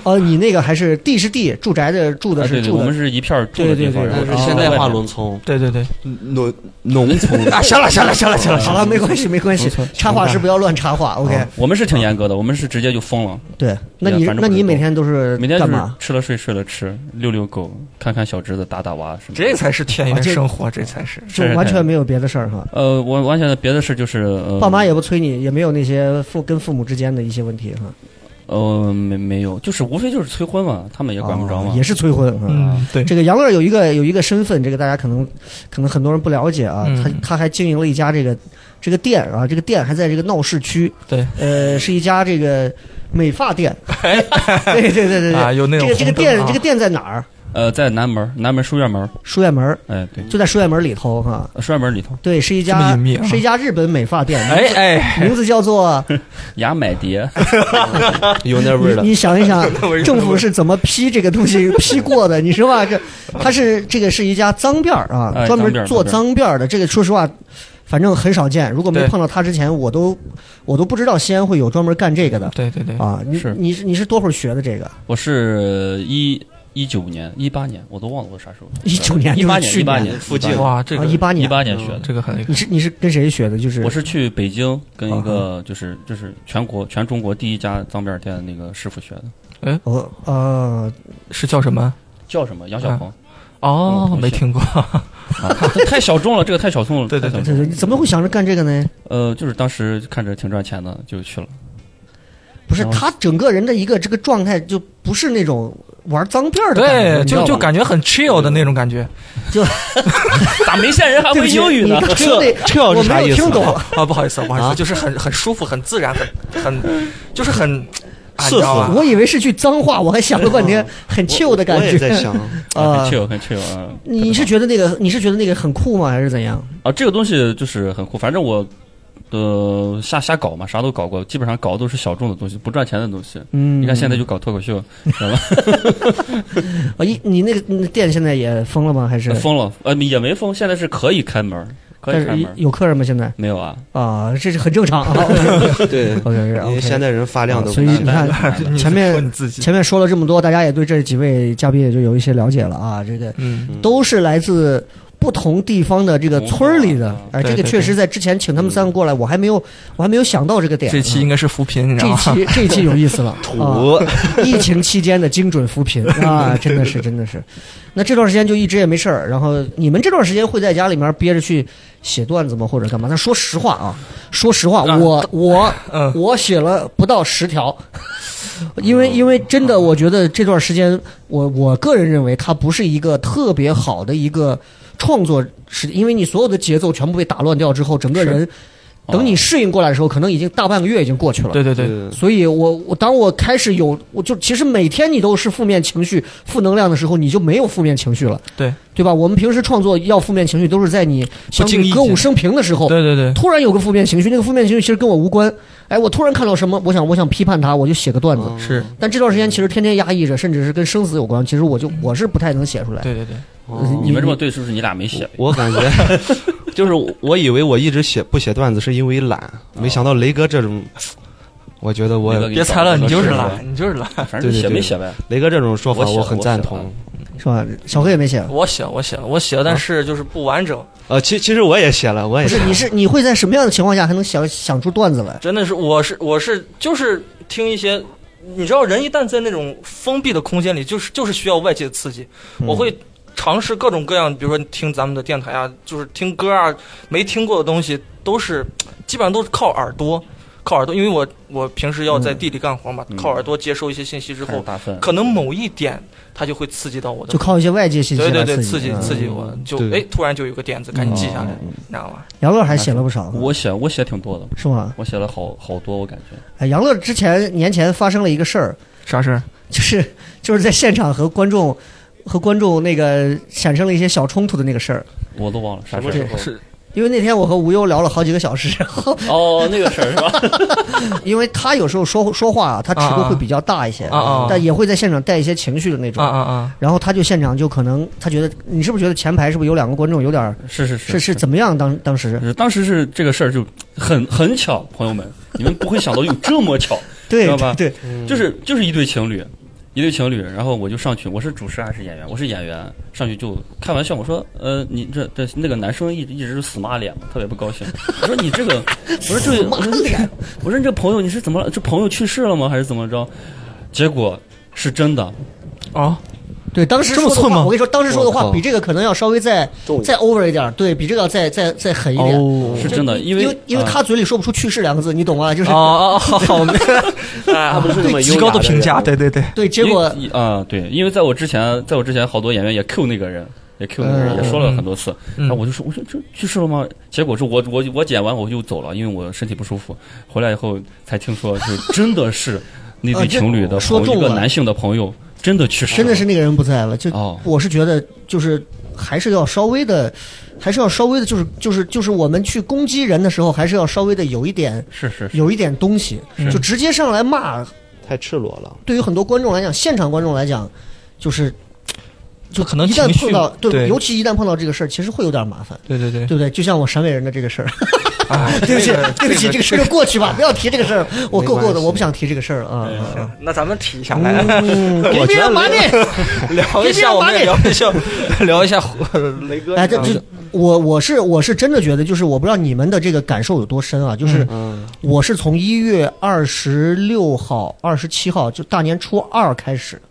S1: 哦，你那个还是地是地，住宅的住
S6: 啊
S1: 的
S6: 对
S1: 是
S6: 对，
S1: 住
S6: 我
S1: 的
S6: 们。是一片儿住的
S1: 对对
S6: 地方，
S1: 对
S6: 然后
S1: 对
S7: 哦
S6: 是
S4: 现代化
S6: 农
S4: 农村，
S7: 对对对，
S4: 农农村
S7: 啊，行了行了行了行了行
S1: 好
S7: 了，
S6: 啊
S1: 了，没关系，没关系。插话师不要乱插话，OK？、
S6: 我们是挺严格的，我们是直接就封了，
S1: 对，那你
S6: 反正
S1: 那
S6: 不
S1: 你
S6: 能
S1: 每
S6: 动
S1: 天都是
S6: 每天就
S1: 干
S6: 是
S1: 嘛？
S6: 吃了睡，睡了吃，遛遛狗，看看小侄子，打打娃什么的。
S7: 这才是田
S1: 啊
S7: 园
S1: 这
S7: 生活，这才是
S1: 就是完
S6: 是
S1: 全没有别的事儿哈。
S6: 呃，我完全的别的事就是呃，
S1: 爸妈也不催你，也没有那些父跟父母之间的一些问题哈。
S6: 呃没没有，就是无非就是催婚嘛，他们也管不着嘛
S1: 哦。也是催婚哈。
S7: 嗯，对，
S1: 这个杨乐有一个有一个身份，这个大家可能可能很多人不了解啊，
S7: 嗯
S1: 他他还经营了一家这个这个店啊，这个店还在这个闹市区，
S7: 对，
S1: 呃，是一家这个美发店， 对对对对对，
S7: 啊，有那
S1: 这
S7: 种
S1: 个这个
S7: 红灯
S1: 店、
S7: 啊
S1: 这个店在哪儿？
S6: 呃，在南门儿，南门儿书院门儿，
S1: 书院门儿，
S6: 哎，对，
S1: 就在书院门儿里头哈、
S6: 呃书院门儿里头，
S1: 对，是一
S7: 这么
S1: 家
S7: 隐秘啊
S1: 是一家日本美发店，
S7: 哎哎，
S1: 名字叫做
S6: 牙买蝶，
S4: 有那味儿了
S1: 你。你想一 想
S7: 那味儿，
S1: 政府是怎么批这个东西批过的？你说吧，这它是这个是一家脏辫儿啊，
S6: 哎
S1: 专门
S6: 脏辫儿
S1: 做
S6: 脏
S1: 脏辫儿的。这个说实话，反正很少见。如果没
S7: 对
S1: 碰到他之前，我都我都不知道西安会有专门干这个的
S7: 对对对，
S1: 啊。你
S6: 是
S1: 你是你是多会儿学的这个？
S6: 我是一一九年、一八年，我都忘了我啥时候。
S1: 19年
S6: 一
S1: 就
S6: 八
S1: 是
S6: 年，
S1: 去
S6: 一八
S1: 年
S6: 年
S4: 附近
S7: 哇，这个
S1: 一八
S6: 一
S1: 年，
S6: 八年学的。
S7: 这个很厉害
S1: 你是你是跟谁学的？就是啊
S6: 我是去北京跟一个就是就是全国全中国第一家脏辫儿店的那个师傅学的，
S1: 我呃，
S7: 是叫什么？
S6: 叫什么？杨小
S1: 啊
S6: 鹏嗯
S7: 哦，
S6: 同
S7: 没
S6: 学
S7: 听过。
S6: 啊，这太小众了，这个太小众了。
S7: 对对
S6: 太小
S1: 这
S6: 众了
S1: 是你怎么会想着干这个呢？
S6: 呃，就是当时看着挺赚钱的，就 去了。
S1: 不是
S6: 然后
S1: 他整个人的一个这个状态，就不是那种玩脏辫儿的感觉，
S7: 对，
S1: 你知
S7: 就
S1: 道
S7: 就
S1: 吧
S7: 感觉很 chill 的那种感觉
S6: 咋没线人还
S1: 对不
S6: 会
S1: 起
S6: 英语呢
S1: 你？听
S4: 这
S1: 得
S4: 这
S1: 我
S4: 是啥
S1: 没
S4: 意
S1: 有
S4: 思
S1: 听懂，
S7: 啊！不好意思，不好意
S1: 啊
S7: 思，就是很很舒服、很自然、很很就是很啊你
S4: 瑟
S7: 知道吧
S1: 我以为是句脏话，我还想了半天， 很 chill 的感
S4: 我也在
S1: 觉
S4: 想，
S6: 啊
S1: 啊
S6: 很。chill，很 chill 啊。
S1: 你是觉得那个你是觉得那个很酷吗？还是怎样？
S6: 啊，这个东西就是很酷，反正我。呃，瞎瞎搞嘛，啥都搞过，基本上搞的都是小众的东西，不赚钱的东西。
S1: 嗯，
S6: 你看现在就搞脱口秀，
S1: 啊，一你那个那店现在也封了吗？还是？
S6: 封了，呃，也没封，现在是可以开门儿，可
S1: 但
S6: 以开
S1: 是
S6: 门儿。
S1: 有客人吗？现在
S6: 没有啊，
S1: 啊，这是很正 常啊。
S4: 对，
S1: OK
S4: 因为
S1: OK，
S4: 现代人发量
S7: 啊
S4: 的
S1: 啊所以
S4: 问
S1: 你
S4: 题。
S1: 看
S7: 你
S1: 前面
S7: 说你自己，
S1: 前面说了这么多，大家也对这几位嘉宾也就有一些了解了啊。这个
S7: 嗯，
S1: 都是来自不同地方的这个村儿里的
S6: 嗯，
S1: 哎，
S7: 对
S1: 这个
S7: 对
S1: 确实在之前请他们三个过来，我还没有我还没有想到这个点。
S7: 这期应该是扶贫，你 知
S1: 这
S7: 道吗？
S1: 期这期有意思了，啊，
S4: 土，
S1: 疫情期间的精准扶贫啊， 真的是真的是。那这段时间就一直也没事儿，然后你们这段时间会在家里面憋着去写段子吗，或者干嘛？但说实话啊，说实话，
S7: 啊
S1: 我我
S7: 嗯哦
S1: 我写了不到十条， 因为因为真的，我觉得这段时间，我我个人认为它不是一个特别好的一个创作时，因为你所有的节奏全部被打乱掉之后，整个人等你适应过来的时候，可能已经大半个月已经过去了。
S7: 哦对对对，
S4: 对
S1: 所以我我当我开始有，我就其实每天你都是负面情绪、负能量的时候，你就没有负面情绪了，
S7: 对
S1: 对吧？我们平时创作要负面情绪，都是在你相
S7: 经
S1: 对
S7: 意
S1: 歌舞
S7: 间
S1: 升平的时候，
S7: 对对对，
S1: 突然有个负面情绪，那个负面情绪其实跟我无关。哎，我突然看到什么，我想我想批判他，我就写个段子。
S7: 是，
S1: 但这段时间其实天天压抑着，甚至是跟生死有关，其实我就我是不太能写出来。
S7: 对对对，
S1: 呃
S6: 你们这么对，是不是你俩没写？
S4: 我感觉就是我以为我一直写不写段子是因为懒，没想到雷哥这种，我觉得我
S6: 雷哥给
S7: 别猜了，
S6: 找
S7: 你
S6: 个
S7: 就是
S6: 适合
S7: 懒，你就是懒。
S6: 反正
S4: 对
S6: 写
S4: 对对
S6: 没写呗。
S4: 雷哥这种说法
S6: 我写了
S4: 很赞
S6: 我写
S4: 同
S6: 了。
S1: 是吧？小黑也没写。
S7: 我写我写我写，但是就是不完整，
S4: 呃，其其实我也写了，我也
S1: 不
S4: 写
S1: 是，
S4: 了
S1: 你是你会在什么样的情况下还能想想出段子来？
S7: 真的是我是我是就是听一些。你知道，人一旦在那种封闭的空间里，就是就是需要外界的刺激。
S1: 嗯
S7: 我会尝试各种各样，比如说听咱们的电台啊，就是听歌啊，没听过的东西都是基本上都是靠耳朵，靠耳朵。因为我我平时要在地里干活嘛，
S6: 嗯
S7: 靠耳朵接收一些信息之
S6: 开始
S7: 后，
S6: 大粪，
S7: 可能某一点它就会刺激到我的
S1: 就靠一些外界信息
S7: 对对
S1: 来
S7: 对，
S1: 激
S7: 激
S1: 嗯
S7: 刺激我，就
S4: 对
S7: 哎，突然就有个点子，赶紧记下来，你知道吗？
S1: 杨乐还写
S7: 哎
S1: 了不少呢，
S6: 我写我写挺多的，
S1: 是吗？
S6: 我写了好好多，我感觉。
S1: 哎，杨乐之前年前发生了一个事儿，
S7: 啥事儿？
S1: 就是就是在现场和观众和观众那个产生了一些小冲突的那个事儿。
S6: 我都忘了啥
S4: 什
S6: 事
S4: 么时
S6: 儿。
S4: 候？
S7: 是
S1: 因为那天我和吴优聊了好几个小时，然后
S6: 哦，那个事儿是吧？
S1: 因为他有时候说说话啊，他尺度会比较大一些，
S7: 啊啊啊
S1: 但也会在现场带一些情绪的那种。
S7: 啊啊啊！
S1: 然后他就现场就可能他觉得你是不是觉得前排是不是有两个观众有点儿
S6: 是是
S1: 是
S6: 是
S1: 是怎么样当当时
S6: 是，当时是这个事儿就很很巧，朋友们，你们不会想到有这么巧，
S1: 对
S6: 知道吧
S1: 对
S6: 就是就是一对情侣，一对情侣，然后我就上去，我是主持还是演员？我是演员，上去就开玩笑，我说，呃，你这这那个男生一直一直是死骂脸嘛，特别不高兴。我说你这 个，我说这个，我说你这我说你这朋友你是怎么了？这朋友去世了吗？还是怎么着？结果是真的，
S7: 哦，
S1: 对，当时
S7: 这么
S1: 说的
S7: 寸
S1: 话
S7: 吗
S1: 我跟你说，当时说的
S4: 我
S1: 话
S4: 靠
S1: 比这个可能要稍微再再 over 一点儿，对比这个要再再再狠一点。
S7: 哦
S6: 是真的，
S1: 就
S6: 因
S1: 为
S6: 为啊
S1: 因因为他嘴里说不出“去世”两个字，你懂吗？就是、
S7: 啊哦哦哦，
S4: 他不
S7: 啊，
S4: 是那么
S7: 极高的评价，对对对，
S1: 对，结果
S7: 哦
S6: 因为啊，对，因为在我之前，在我之前好多演员也 Q 那个人。也 Q 那个人
S1: 嗯
S6: 也说了很多次，
S7: 嗯
S6: 那我就说，我说这去世了吗？结果是我我我剪完我就走了，因为我身体不舒服。回来以后才听说，就真的是 那对情侣的
S1: 啊这说
S6: 朋友，一
S1: 中了
S6: 个男性的朋友真的去世了，
S1: 真的是那个人不在了，就、
S6: 哦
S1: 我是觉得就是还是要稍微的，还是要稍微的，就是就是就是我们去攻击人的时候，还是要稍微的有一点
S6: 是是是，
S1: 有一点东西，就直接上来骂，
S4: 太赤裸了。
S1: 对于很多观众来讲，现场观众来讲，就是
S7: 就可能
S1: 一旦
S7: 情绪
S1: 碰到
S7: 对
S1: 尤其一旦碰到这个事儿，其实会有点麻烦。
S7: 对对对
S1: 对不对？就像我陕北人的这个事儿，对不起
S7: 这个，
S1: 对不起，这个事儿就过去吧，不要提这个事儿，我够够
S4: 没关
S1: 的，
S4: 系
S1: 我不想提这个事儿了啊。啊啊
S7: 那咱们提一下来，
S1: 嗯，给
S7: 我
S1: 别
S7: 觉得
S1: 人麻痹。
S7: 聊一下，我们也聊一下，聊一下雷哥。
S1: 哎，这这，我我是我是真的觉得，就是我不知道你们的这个感受有多深啊，就是我是从一月二十六号、二十七号，就大年初二开始，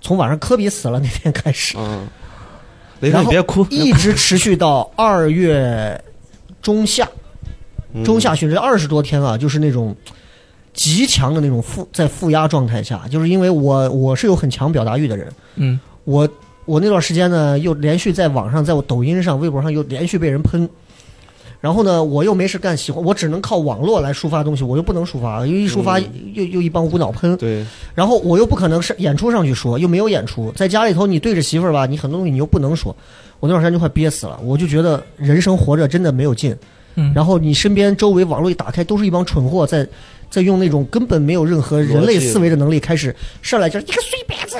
S1: 从晚上科比死了那天开 始，
S4: 嗯，雷哥
S1: 然
S4: 你
S1: 后
S4: 别哭，
S1: 一直持续到二月中下
S4: 嗯
S1: 中下旬这二十多天啊，就是那种极强的那种负在负压状态下，就是因为我我是有很强表达欲的人，
S7: 嗯，
S1: 我我那段时间呢，又连续在网上、在我抖音上、微博上又连续被人喷，然后呢，我又没事干，喜欢我只能靠网络来抒发东西，我又不能抒发，因为一抒
S4: 嗯
S1: 发、又又一帮无脑喷，
S4: 对，
S1: 然后我又不可能是演出上去说，又没有演出，在家里头你对着媳妇儿吧，你很多东西你又不能说，我那段时间就快憋死了，我就觉得人生活着真的没有劲，
S7: 嗯
S1: 然后你身边周围网络一打开，都是一帮蠢货在。在用那种根本没有任何人类
S4: 逻辑
S1: 思维的能力，开始上来就是一个碎匾子，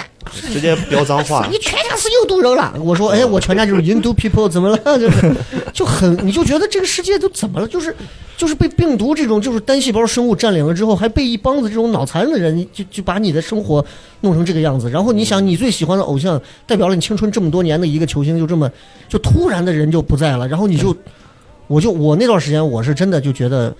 S4: 直接飙脏 话
S1: 你，全家是印度人了。我说，哎，我全家就是印度 people，怎么了？ 就是就很，你就觉得这个世界都怎么了？就是就是被病毒这种就是单细胞生物占领了之后，还被一帮子这种脑残的人就就把你的生活弄成这个样子。然后你想，你最喜欢的偶像，代表了你青春这么多年的一个球星，就这么就突然的人就不在了，然后你就。我就我那段时间，我是真的就觉得，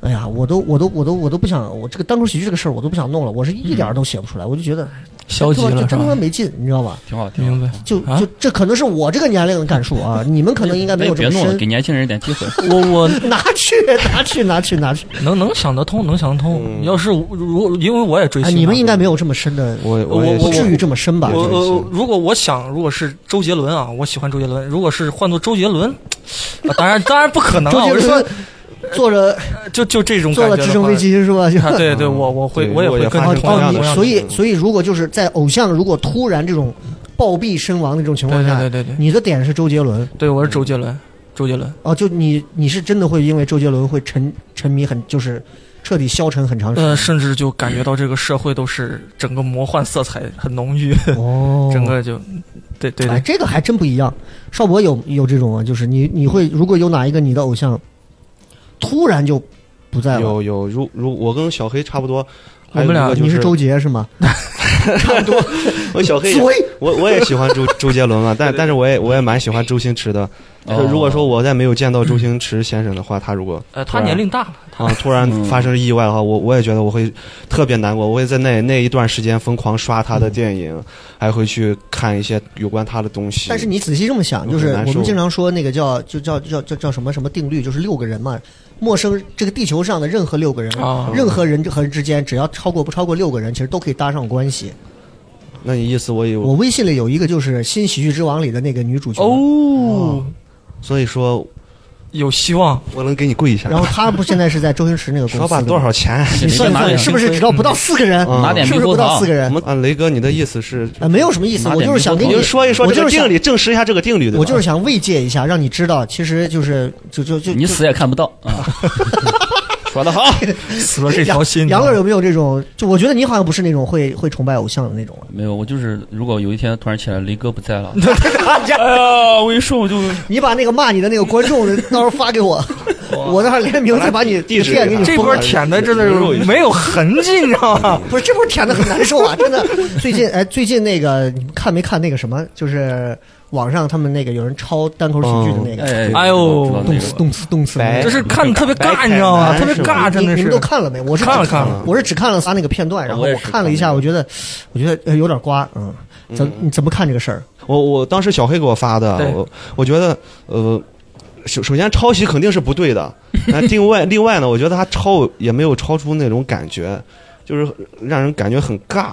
S1: 哎呀，我都我都我都我都不想，我这个单口喜剧这个事儿我都不想弄了，我是一点儿都写不出来，我就觉得
S5: 嗯消极
S1: 他妈就
S5: 了是
S1: 真他妈
S5: 吧？
S1: 没劲，你知道吧？
S6: 挺好，挺好。
S7: 明白。
S1: 就
S5: 啊
S1: 就这可能是我这个年龄的感受啊，你们可能应该没有这
S6: 别
S1: 么
S6: 弄了，给
S1: 深。
S6: 年轻人一点机会。
S5: 我我
S1: 拿去拿去拿去拿去！
S7: 能能想得通，能想得通。
S4: 嗯
S7: 要是如如因为我也追
S1: 哎，
S7: 星、
S1: 你们应该没有这么深的，
S4: 我
S7: 啊我
S4: 也
S1: 不
S4: 是
S1: 至于这么深吧？
S7: 我
S1: 就是
S7: 呃，如果我想，如果是周杰伦啊，我喜欢周杰伦。如果是换做周杰伦，啊、当然当然不可能、
S1: 周
S7: 啊。
S1: 杰
S7: 我是
S1: 伦
S7: 说，
S1: 坐着
S7: 就就这种
S1: 坐
S7: 感觉
S1: 了
S7: 的
S1: 直升飞机是吧？就
S7: 话。啊对对，我我会
S4: 对
S7: 我也
S4: 我
S7: 会
S4: 也
S7: 跟
S4: 发
S1: 哦
S4: 生
S7: 着
S1: 你
S4: 同样的事
S1: 所以
S4: 情
S1: 所以如果就是在偶像如果突然这种暴毙身亡的这种情
S7: 对
S1: 况
S7: 对
S1: 下，
S7: 对对对，
S1: 你的点是周杰伦
S7: 对我是周杰伦，周杰伦。
S1: 嗯哦，就你你是真的会因为周杰伦会沉沉迷很就是彻底消沉很长时
S7: 呃，
S1: 间
S7: 甚至就感觉到这个社会都是整个魔幻色彩很浓郁，
S1: 哦，
S7: 整个就，对对
S1: 哎，
S7: 对，
S1: 这个还真不一样。邵博有有这种啊，就是你你会如果有哪一个你的偶像突然就不在了，
S4: 有有，如如我跟小黑差不多，还
S7: 我们
S4: 有一
S7: 俩
S4: 个就
S1: 你是周杰是 吗？
S4: 我小黑也
S1: 所以
S4: 我我也喜欢 周周杰伦嘛，啊但但是我也我也蛮喜欢周星驰的。
S6: 哦
S4: 如果说我在没有见到周星驰先生的话，他如果
S7: 呃，他年龄大了，
S4: 啊突然
S6: 嗯
S4: 发生意外的话，我我也觉得我会特别难过，我会在那那一段时间疯狂刷他的电影，还会去看一些有关他的东西。
S1: 嗯但是你仔细这么想，
S4: 我
S1: 就是
S4: 很难
S1: 我们
S4: 受
S1: 经常说那个叫就叫叫叫叫什么什么定律，就是六个人嘛。陌生这个地球上的任何六个人，
S7: 啊
S1: 任何人和人之间，只要超过不超过六个人，其实都可以搭上关系。
S4: 那你意思我有，
S1: 我微信里有一个就是《新喜剧之王》里的那个女主角，
S7: 哦，
S4: 所以说
S7: 有希望，
S4: 我能给你跪一下
S1: 然。后她不现在是在周星驰那个公司
S4: 说吧，
S1: 的
S4: 多？少钱？
S1: 你算一
S6: 拿
S1: 算，
S6: 点
S1: 是不是只要不到四个人？
S4: 嗯
S6: 拿点
S1: 是
S6: 猕
S1: 不是
S6: 猴
S1: 不到
S6: 桃
S1: 四个人
S4: 我？们啊，雷哥，你的意思是，
S1: 呃，没有什么意思，
S6: 拿
S1: 我
S6: 点
S1: 就是
S6: 猕
S1: 想
S6: 猴
S1: 跟
S6: 桃
S1: 你
S4: 您说一说
S1: 我
S4: 这
S1: 就
S4: 个
S1: 是想
S4: 定理，证实一下这个定律，对吧？
S1: 我就是想慰藉一下，让你知道，其实就是就就就
S6: 你死也看不到啊！说得好，
S7: 死了这条心。
S1: 哎杨杨乐有没有这种？就我觉得你好像不是那种会会崇拜偶像的那种啊
S6: 没有，我就是如果有一天突然起来雷哥不 在了，哎呀，我一说我就
S1: 你把那个骂你的那个观众的到时候发给我，我那儿连名字把你
S4: 地址
S1: 店给你
S7: 这
S1: 封
S7: 波
S1: 了。
S7: 舔的真的是没有痕迹，你知道吗？
S1: 不是这不是舔的很难受啊！真的，最近哎，最近那个你们看没看那个什么？就是网上他们那个有人抄单口喜剧的那个，
S6: 哎
S7: 哎呦
S6: 知道那
S1: 动
S6: 个
S1: 次动次动次，
S4: 白
S7: 就是看的特别尬，
S4: 白
S7: 你知道吗？
S4: 白
S7: 特别尬，真
S1: 你
S7: 的
S1: 你
S7: 是
S1: 们都。看了没？我是
S7: 看了
S1: 只
S7: 看了
S1: 我是只看了他那个片段，然后
S6: 我也
S1: 我
S6: 是
S1: 看了一下，
S6: 看了
S1: 我觉得我觉得呃有点瓜，嗯，怎你怎么看这个事儿？
S4: 我我当时小黑给我发的
S7: 对，
S4: 我我觉得呃，首首先抄袭肯定是不对的，那另外另外呢，我觉得他抄也没有抄出那种感觉，就是让人感觉很尬，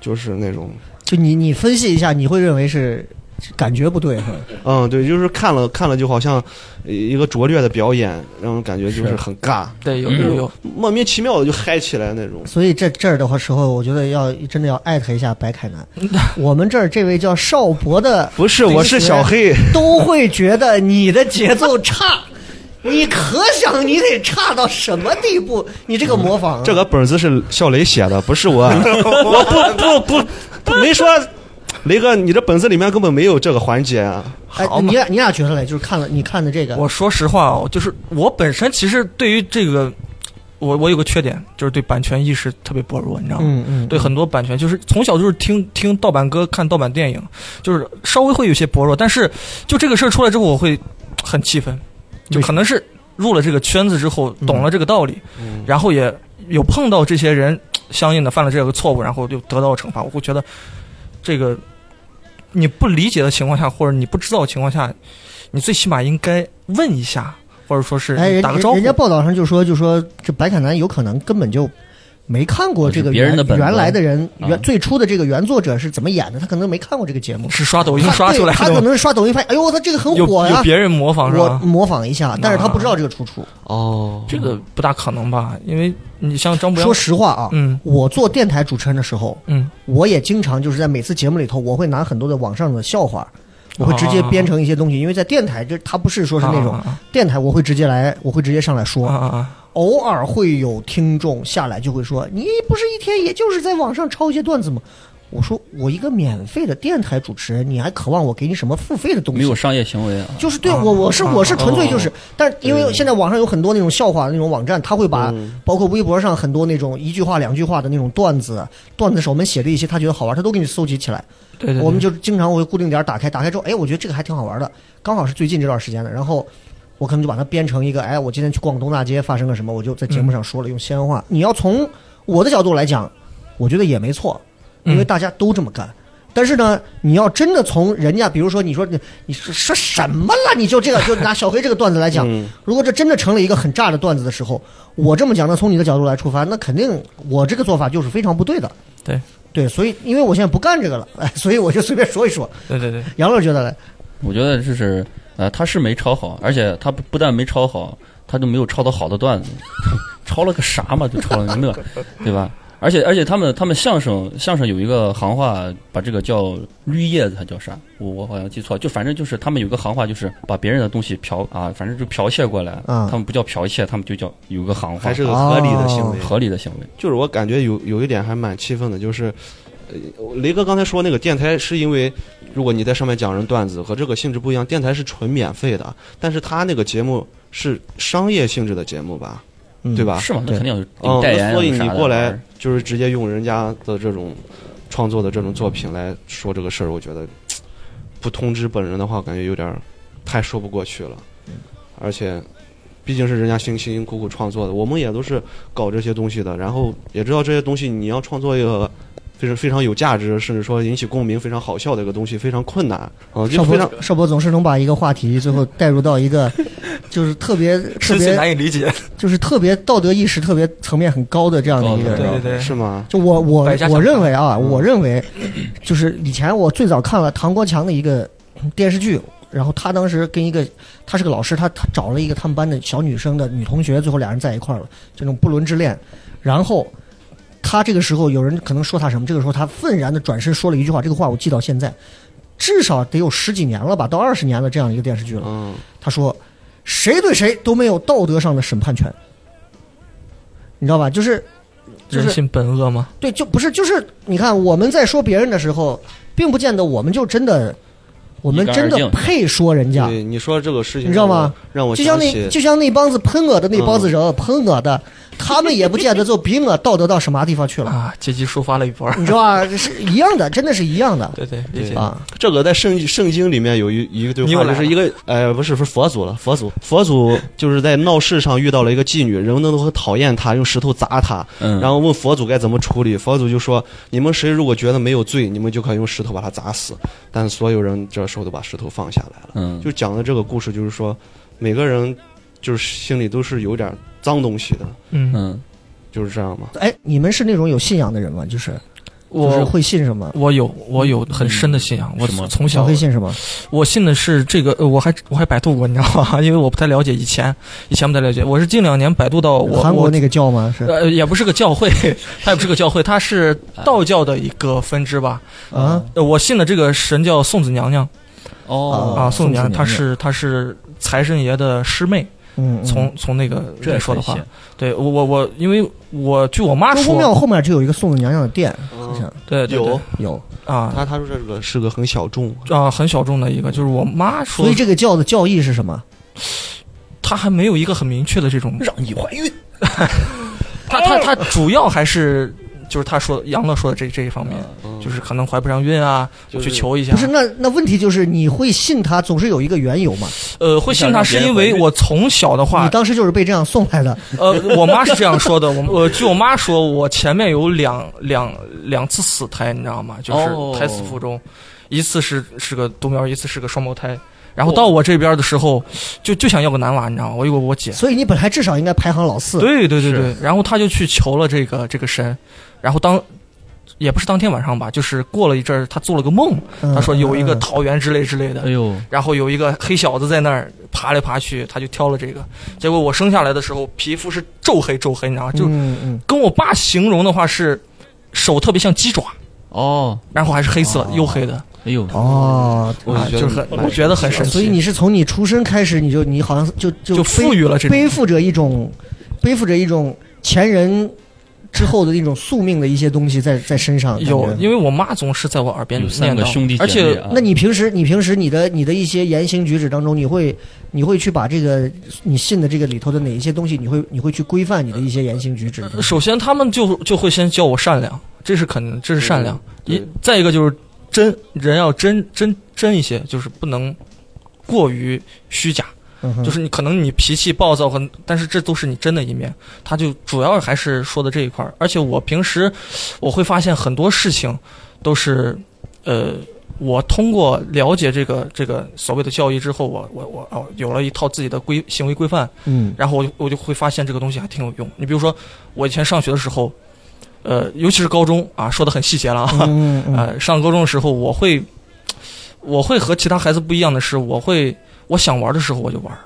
S4: 就是那种
S1: 就你你分析一下，你会认为是是感觉不对是吧？
S4: 嗯，对，就是看了看了就好像一个拙劣的表演，让人感觉就是
S6: 是
S4: 很尬，
S7: 对，有有有，
S4: 莫名其妙的就嗨起来那种。
S1: 所以这这儿的话时候，我觉得要真的要艾特一下白 凯南。我们这儿这位叫邵博的，
S4: 不是，
S1: 同学
S4: 我是小黑，
S1: 都会觉得你的节奏差，你可想你得差到什么地步？你这个模仿、啊，
S4: 这个本子是小雷写的，不是我，我不不不，没说雷哥，你这本子里面根本没有这个环节啊！
S1: 哎
S7: 好，嘛
S1: 你俩你俩觉得嘞？就是看了你看的这个，
S7: 我说实话哦，就是我本身其实对于这个，我我有个缺点，就是对版权意识特别薄弱，你知道吗？
S1: 嗯嗯，
S7: 对很多版权，就是从小就是听听盗版歌、看盗版电影，就是稍微会有些薄弱。但是就这个事儿出来之后，我会很气愤，就
S1: 为
S7: 可能是入了这个圈子之后，
S1: 嗯
S7: 懂了这个道理，然后也有碰到这些人相应的犯了这个错误，然后就得到了惩罚。我会觉得这个你不理解的情况下，或者你不知道的情况下，你最起码应该问一下，或者说是
S1: 哎，人
S7: 打个招呼。
S1: 人家报道上就说，就说这白凯南有可能根本就没看
S7: 哦
S1: 过这个
S6: 就是别人
S1: 原
S6: 的本子
S1: 原来的人
S6: 啊
S1: 原、最初的这个原作者是怎么演的，他可能没看过这个节目，
S7: 是刷抖音刷出来
S1: 他对他可
S7: 的，
S1: 能是刷抖音发现，哎呦，他这个很
S7: 有
S1: 火
S7: 有
S1: 呀，
S7: 别人模仿是
S1: 我
S7: 吧？
S1: 模仿一下，但是他不知道这个出处。
S4: 哦，
S7: 这个不大可能吧？因为你像张博洋
S1: 说，实话啊，
S7: 嗯
S1: 我做电台主持人的时候，
S7: 嗯，
S1: 我也经常就是在每次节目里头，我会拿很多的网上的笑话。我会直接编成一些东西，因为在电台，这他不是说是那种、
S7: 哦啊
S1: 电台，我会直接来，我会直接上来说。
S7: 啊啊啊！
S1: 偶尔会有听众下来就会说：“你不是一天也就是在网上抄一些段子吗？”我说：“我一个免费的电台主持人，你还渴望我给你什么付费的东
S6: 没有
S1: 西？”
S6: 商业行为啊。
S1: 就是对
S7: 啊
S1: 我，我是
S7: 啊
S1: 我是纯粹就是
S4: 哦，
S1: 但是因为现在网上有很多那种笑话的那种网站，他会把
S4: 嗯
S1: 包括微博上很多那种一句话两句话的那种段子，段子手们写的一些他觉得好玩，他都给你搜集起来。
S7: 对对对，
S1: 我们就经常会固定点儿打开，打开之后，哎，我觉得这个还挺好玩的，刚好是最近这段时间的，然后我可能就把它编成一个，哎，我今天去逛东大街发生了什么，我就在节目上说了，用西安
S7: 嗯
S1: 话。你要从我的角度来讲，我觉得也没错，因为
S7: 嗯
S1: 大家都这么干。但是呢，你要真的从人家，比如说你说你你说说什么了，你就这个就拿小黑这个段子来讲，
S4: 嗯
S1: 如果这真的成了一个很炸的段子的时候，我这么讲，那从你的角度来出发，那肯定我这个做法就是非常不对的。
S7: 对
S1: 对，所以因为我现在不干这个了， 哎，所以我就随便说一说。
S7: 对对对，
S1: 杨乐觉得嘞，
S6: 我觉得就是呃，他是没抄好，而且他不不但没抄好，他就没有抄到好的段子， 抄了个啥嘛，就抄了个那， 对吧？而且而且他们他们相声相声有一个行话，把这个叫绿叶子，还叫啥？我我好像记错了，就反正就是他们有个行话，就是把别人的东西剽啊，反正就剽窃过来，
S1: 嗯
S6: 他们不叫剽窃，他们就叫有个行话
S4: 还，是个合理的行为。
S6: 合理的行为。
S4: 就是我感觉有有一点还蛮气愤的，就是。呃，雷哥刚才说那个电台是因为，如果你在上面讲人段子和这个性质不一样，电台是纯免费的，但是他那个节目是商业性质的节目吧，
S1: 嗯
S4: 对吧？
S6: 是吗？那
S1: 对
S6: 肯定有
S4: 哦
S6: 有，代言
S4: 那所以
S6: 有啥
S4: 你
S6: 的
S4: 过
S6: 玩意
S4: 来
S6: 儿
S4: 就是直接用人家的这种创作的这种作品来说这个事儿，我觉得不通知本人的话，感觉有点儿太说不过去了。而且，毕竟是人家辛辛苦苦创作的，我们也都是搞这些东西的，然后也知道这些东西你要创作一个。非常非常有价值，甚至说引起共鸣、非常好笑的一个东西，非常困难啊、就
S1: 少
S4: 非常
S1: 博少博总是能把一个话题最后带入到一个 就是特别特
S7: 是最
S1: 别
S7: 难以理解。
S1: 就是特别道德意识特别层面很高的这样的一个
S6: 高的
S1: 人。
S7: 对对
S4: 是吗？
S1: 就我我
S7: 百家嗯讲
S1: 我
S7: 坛
S1: 认为啊，我认为就是以前我最早看了唐国强的一个电视剧，然后他当时跟一个他是个老师，他他找了一个他们班的小女生的女同学，最后俩人在一块儿了，这种不伦之恋。然后他这个时候有人可能说他什么，这个时候他愤然的转身说了一句话，这个话我记到现在，至少得有十几年了吧，到二十年的这样一个电视剧了。
S4: 嗯，
S1: 他说，谁对谁都没有道德上的审判权，你知道吧？就是就是
S7: 人性本恶吗？
S1: 对，就不是就是你看我们在说别人的时候，并不见得我们就真的，我们真的配说人家，
S4: 对，你说这个事情，
S1: 你知道吗？
S4: 让我
S1: 就像
S4: 想
S1: 那
S4: 起，
S1: 就像那帮子喷我的那帮子
S7: 嗯
S1: 人，喷我的，他们也不见得就比我道德到什么地方去 了，
S7: 啊，阶级抒发了一波。
S1: 你知道吧？是一样的，真的是一样的
S7: 对对，理解。
S1: 啊。
S4: 这个在圣圣经里面有一一个对
S7: 你又
S4: 话，
S7: 来
S4: 就
S7: 了
S4: 是一个呃，不是不是佛祖了，佛祖佛祖就是在闹市上遇到了一个妓女，人们都很讨厌她，用石头砸她，
S6: 嗯，
S4: 然后问佛祖该怎么处理，佛祖就说：你们谁如果觉得没有罪，你们就可以用石头把她砸死，但所有人这时候都把石头放下来了。
S6: 嗯，
S4: 就讲的这个故事就是说，每个人就是心里都是有点脏东西的，
S7: 嗯，
S6: 嗯，
S4: 就是这样嘛。
S1: 哎，你们是那种有信仰的人吗？就是就是
S7: 我
S1: 会信什么？
S7: 我有我有很深的信仰，我
S6: 什么
S7: 从
S1: 小
S7: 小
S1: 黑信什么？
S7: 我信的是这个，呃我还我还百度过，你知道吗？ 因为我不太了解以前，以前不太了解，我是近两年百度到哦我
S1: 韩国
S7: 我
S1: 那个教吗？是
S7: 呃，也不是个教会，它也不是个教会，它是道教的一个分支吧。
S1: 啊，
S7: 呃，我信的这个神叫送子娘娘
S1: 哦
S6: 哦
S7: 啊，
S1: 宋
S7: 宋子娘
S1: 子娘娘
S7: 她是她是财神爷的师妹，
S1: 嗯，嗯
S7: 从从那个
S6: 这也
S7: 来说的
S6: 可以
S7: 话
S6: 写，
S7: 对我我我，因为我据我妈
S1: 中公庙
S7: 说，
S1: 后面就有一个送子娘娘的店，好
S4: 嗯
S1: 像
S7: 对对对
S4: 有
S1: 有，
S7: 啊
S4: 他他说这个是个很小众，
S7: 啊，很小众的一个，就是我妈说
S1: 所以，这个教的教义是什么？
S7: 她还没有一个很明确的这种，
S6: 让你怀孕，
S7: 她她她主要还是就是她说杨乐说的这这一方面，就是可能怀不上孕啊，我
S4: 就是
S7: 去求一下，
S1: 不是，那那问题就是你会信他，总是有一个缘由嘛。
S7: 呃，会信她是因为我从小的话
S1: 你，当时就是被这样送来的，
S7: 呃，我妈是这样说的。我我据我妈说，我前面有两两两次死胎，你知道吗？
S6: 哦
S7: 就是胎死腹中，一次是是个独苗，一次是个双胞胎。然后到我这边的时候，就就想要个男娃，你知道吗？我有个我姐，
S1: 所以你本来至少应该排行老 四。
S7: 对对对对。然后她就去求了这个这个神，然后当也不是当天晚上吧，就是过了一阵儿，她做了个梦，
S1: 嗯，
S7: 她说有一个
S1: 嗯
S7: 桃园之类之类的
S5: 哎，呦，
S7: 然后有一个黑小子在那儿爬来爬去，她就挑了这个。结果我生下来的时候，皮肤是皱黑皱黑，你知道吗？就
S1: 嗯嗯
S7: 跟我爸形容的话是，手特别像鸡爪，
S5: 哦，
S7: 然后还是黑色、黝黑的，
S5: 哎呦，
S1: 哦，
S4: 我
S7: 啊
S4: 觉
S7: 就
S4: 得
S7: 是很，
S4: 蛮
S7: 我觉得很神奇。
S1: 所以你是从你出生开始，你就你好像就就
S7: 就
S1: 非
S7: 赋予了这种
S1: 背负着一种背负着一种前人之后的一种宿命的一些东西在在身上。
S7: 有，
S1: 感觉
S7: 因为我妈总是在我耳边
S6: 有
S7: 念
S6: 三个
S7: 叨，
S6: 兄弟姐
S7: 而
S6: 妹
S7: 且
S6: 啊，
S1: 那你平时你平时你的你的一些言行举止当中，你会你会去把这个你信的这个里头的哪一些东西，你会你会去规范你的一些言行举止吗。
S7: 首先他们就就会先教我善良，这是肯定，这是善良。
S4: 对
S7: 一再一个就是真人要真真真一些，就是不能过于虚假。
S1: 嗯哼
S7: 就是你可能你脾气暴躁和，但是这都是你真的一面。他就主要还是说的这一块儿，而且我平时我会发现很多事情都是，呃，我通过了解这个这个所谓的教育之后，我我我哦有了一套自己的规行为规范，
S1: 嗯
S7: 然后我就我就会发现这个东西还挺有用。你比如说我以前上学的时候，呃，尤其是高中啊，说的很细节了啊，
S1: 嗯嗯
S7: 呃，上高中的时候，我会，我会和其他孩子不一样的是，我会，我想玩的时候我就玩，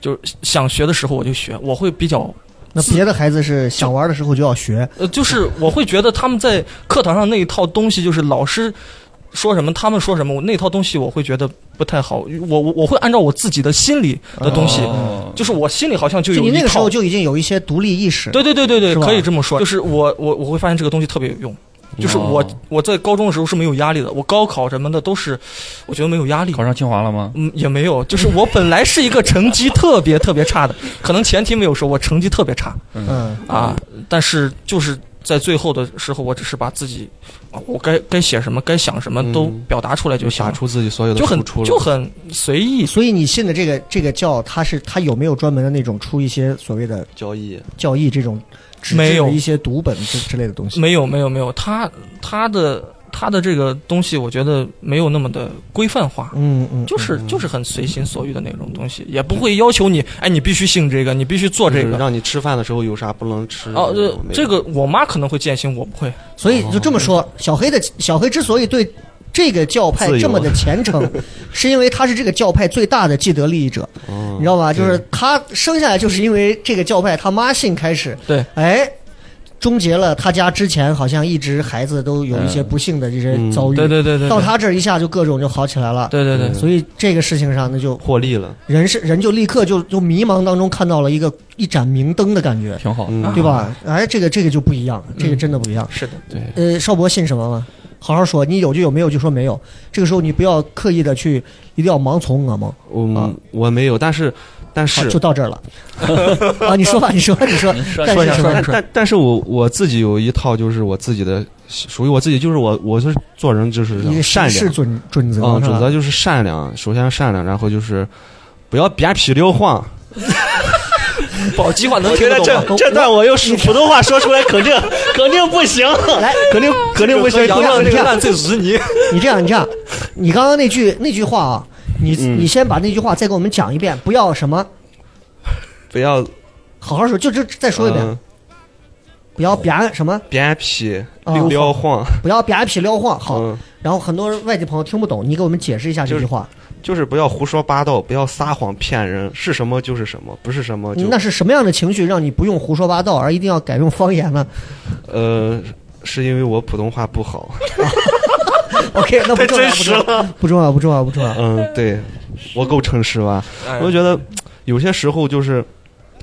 S7: 就是想学的时候我就学，我会比较，
S1: 那别的孩子是想玩的时候就要学，
S7: 呃，就是我会觉得他们在课堂上那一套东西，就是老师说什么，他们说什么，我那套东西我会觉得不太好，我我我会按照我自己的心理的东西，
S6: 哦
S7: 就是我心里好像就
S1: 就
S7: 有
S1: 你那
S7: 一
S1: 个时
S7: 套
S1: 候，就已经有一些独立意识。
S7: 对对对对对，
S1: 是吧
S7: 可以这么说，就是我我我会发现这个东西特别有用。就是我
S6: 哦，
S7: 我在高中的时候是没有压力的，我高考什么的都是，我觉得没有压力。
S6: 考上清华了吗？
S7: 嗯，也没有，就是我本来是一个成绩特别特别差的，可能前提没有说我成绩特别差
S1: 嗯，
S7: 啊，但是就是在最后的时候，我只是把自己，啊我该该写什么，该想什么
S4: 嗯
S7: 都表达出来就
S4: 就
S7: 行
S4: 打
S7: 了，
S4: 出自己所有的
S7: 就很
S4: 付出了，
S7: 就很随意。
S1: 所以你信的这个这个教，它是它有没有专门的那种出一些所谓的
S4: 交易。
S1: 教义这种纸质
S7: 没有
S1: 的一些读本之之类的东西？
S7: 没有没有没有，他他的他的这个东西，我觉得没有那么的规范化。
S1: 嗯嗯，
S7: 就是就是很随心所欲的那种东西，也不会要求你，哎，你必须信这个，你必须做哦这
S4: 就是
S7: 个。
S4: 让你吃饭的时候有啥不能吃
S7: 哦，
S4: 那
S7: 这
S4: 种没
S7: 这
S4: 有
S7: 个我妈可能会践行，我不会。
S1: 所以就这么说，小黑的小黑之所以对这个教派
S4: 自由
S1: 这么的虔 诚，是因为他是这个教派最大的既得利益者，
S7: 嗯
S4: 嗯
S1: 你知道吧？就是他生下来就是因为这个教派他妈信开始，
S7: 对，
S1: 哎。终结了他家之前好像一直孩子都有一些不幸的这些
S4: 嗯
S1: 遭遇，
S7: 对对对对，
S1: 到他这儿一下就各种就好起来了。
S7: 对对对，
S1: 所以这个事情上，那就
S4: 获利了，
S1: 人是人就立刻就就迷茫当中看到了一个一盏明灯的感觉，
S6: 挺好，
S4: 嗯，
S1: 对吧？哎，这个这个就不一样，
S7: 嗯
S1: 这个真的不一样。
S7: 是的，
S4: 对，
S1: 呃，邵博信什么吗？好好说，你有就有，没有就说没有。这个时候你不要刻意的去，一定要盲从啊盲。啊
S4: 我我没有，但是但
S1: 好，
S4: 是
S1: 就到这儿了。啊，你说吧，你说，你说，但
S7: 说一下
S1: 是什
S7: 说一
S1: 么
S7: 下
S4: 但？但但是我我自己有一套，就是我自己的，属于我自己，就是我我是做人就是
S1: 一个
S4: 善
S1: 行事
S4: 良，
S1: 准准则，
S4: 嗯，
S1: 是吧
S4: 准则就是善良，首先善良，然后就是不要扁皮溜晃。
S7: 宝鸡话能听得懂吗？
S1: 我
S4: 这段我用普通话说出来，肯定 肯定不行，
S1: 来，
S4: 肯定肯定不行。
S1: 洋洋这个烂
S4: 醉如 泥，
S1: 你这样，你这样，你刚刚那句那句话啊，你
S4: 嗯
S1: 你先把那句话再给我们讲一遍，不要什么，
S4: 不
S1: 呃
S4: 要
S1: 好好说，就就再说一遍，
S4: 嗯
S1: 不要扁什么，
S4: 扁皮
S1: 啊
S4: 溜晃，
S1: 不要扁皮撩晃。好，
S4: 嗯，
S1: 然后很多人外地朋友听不懂，你给我们解释一下这句话，
S4: 就是不要胡说八道，不要撒谎骗人，是什么就是什么，不是什么就
S1: 那是什么样的情绪让你不用胡说八道，而一定要改用方言呢？
S4: 呃，是因为我普通话不 好。
S1: OK，那不重要，不重要，不重要，不重要，不重要。
S4: 嗯，对，我够诚实吧？
S7: 哎
S4: 我就觉得有些时候就是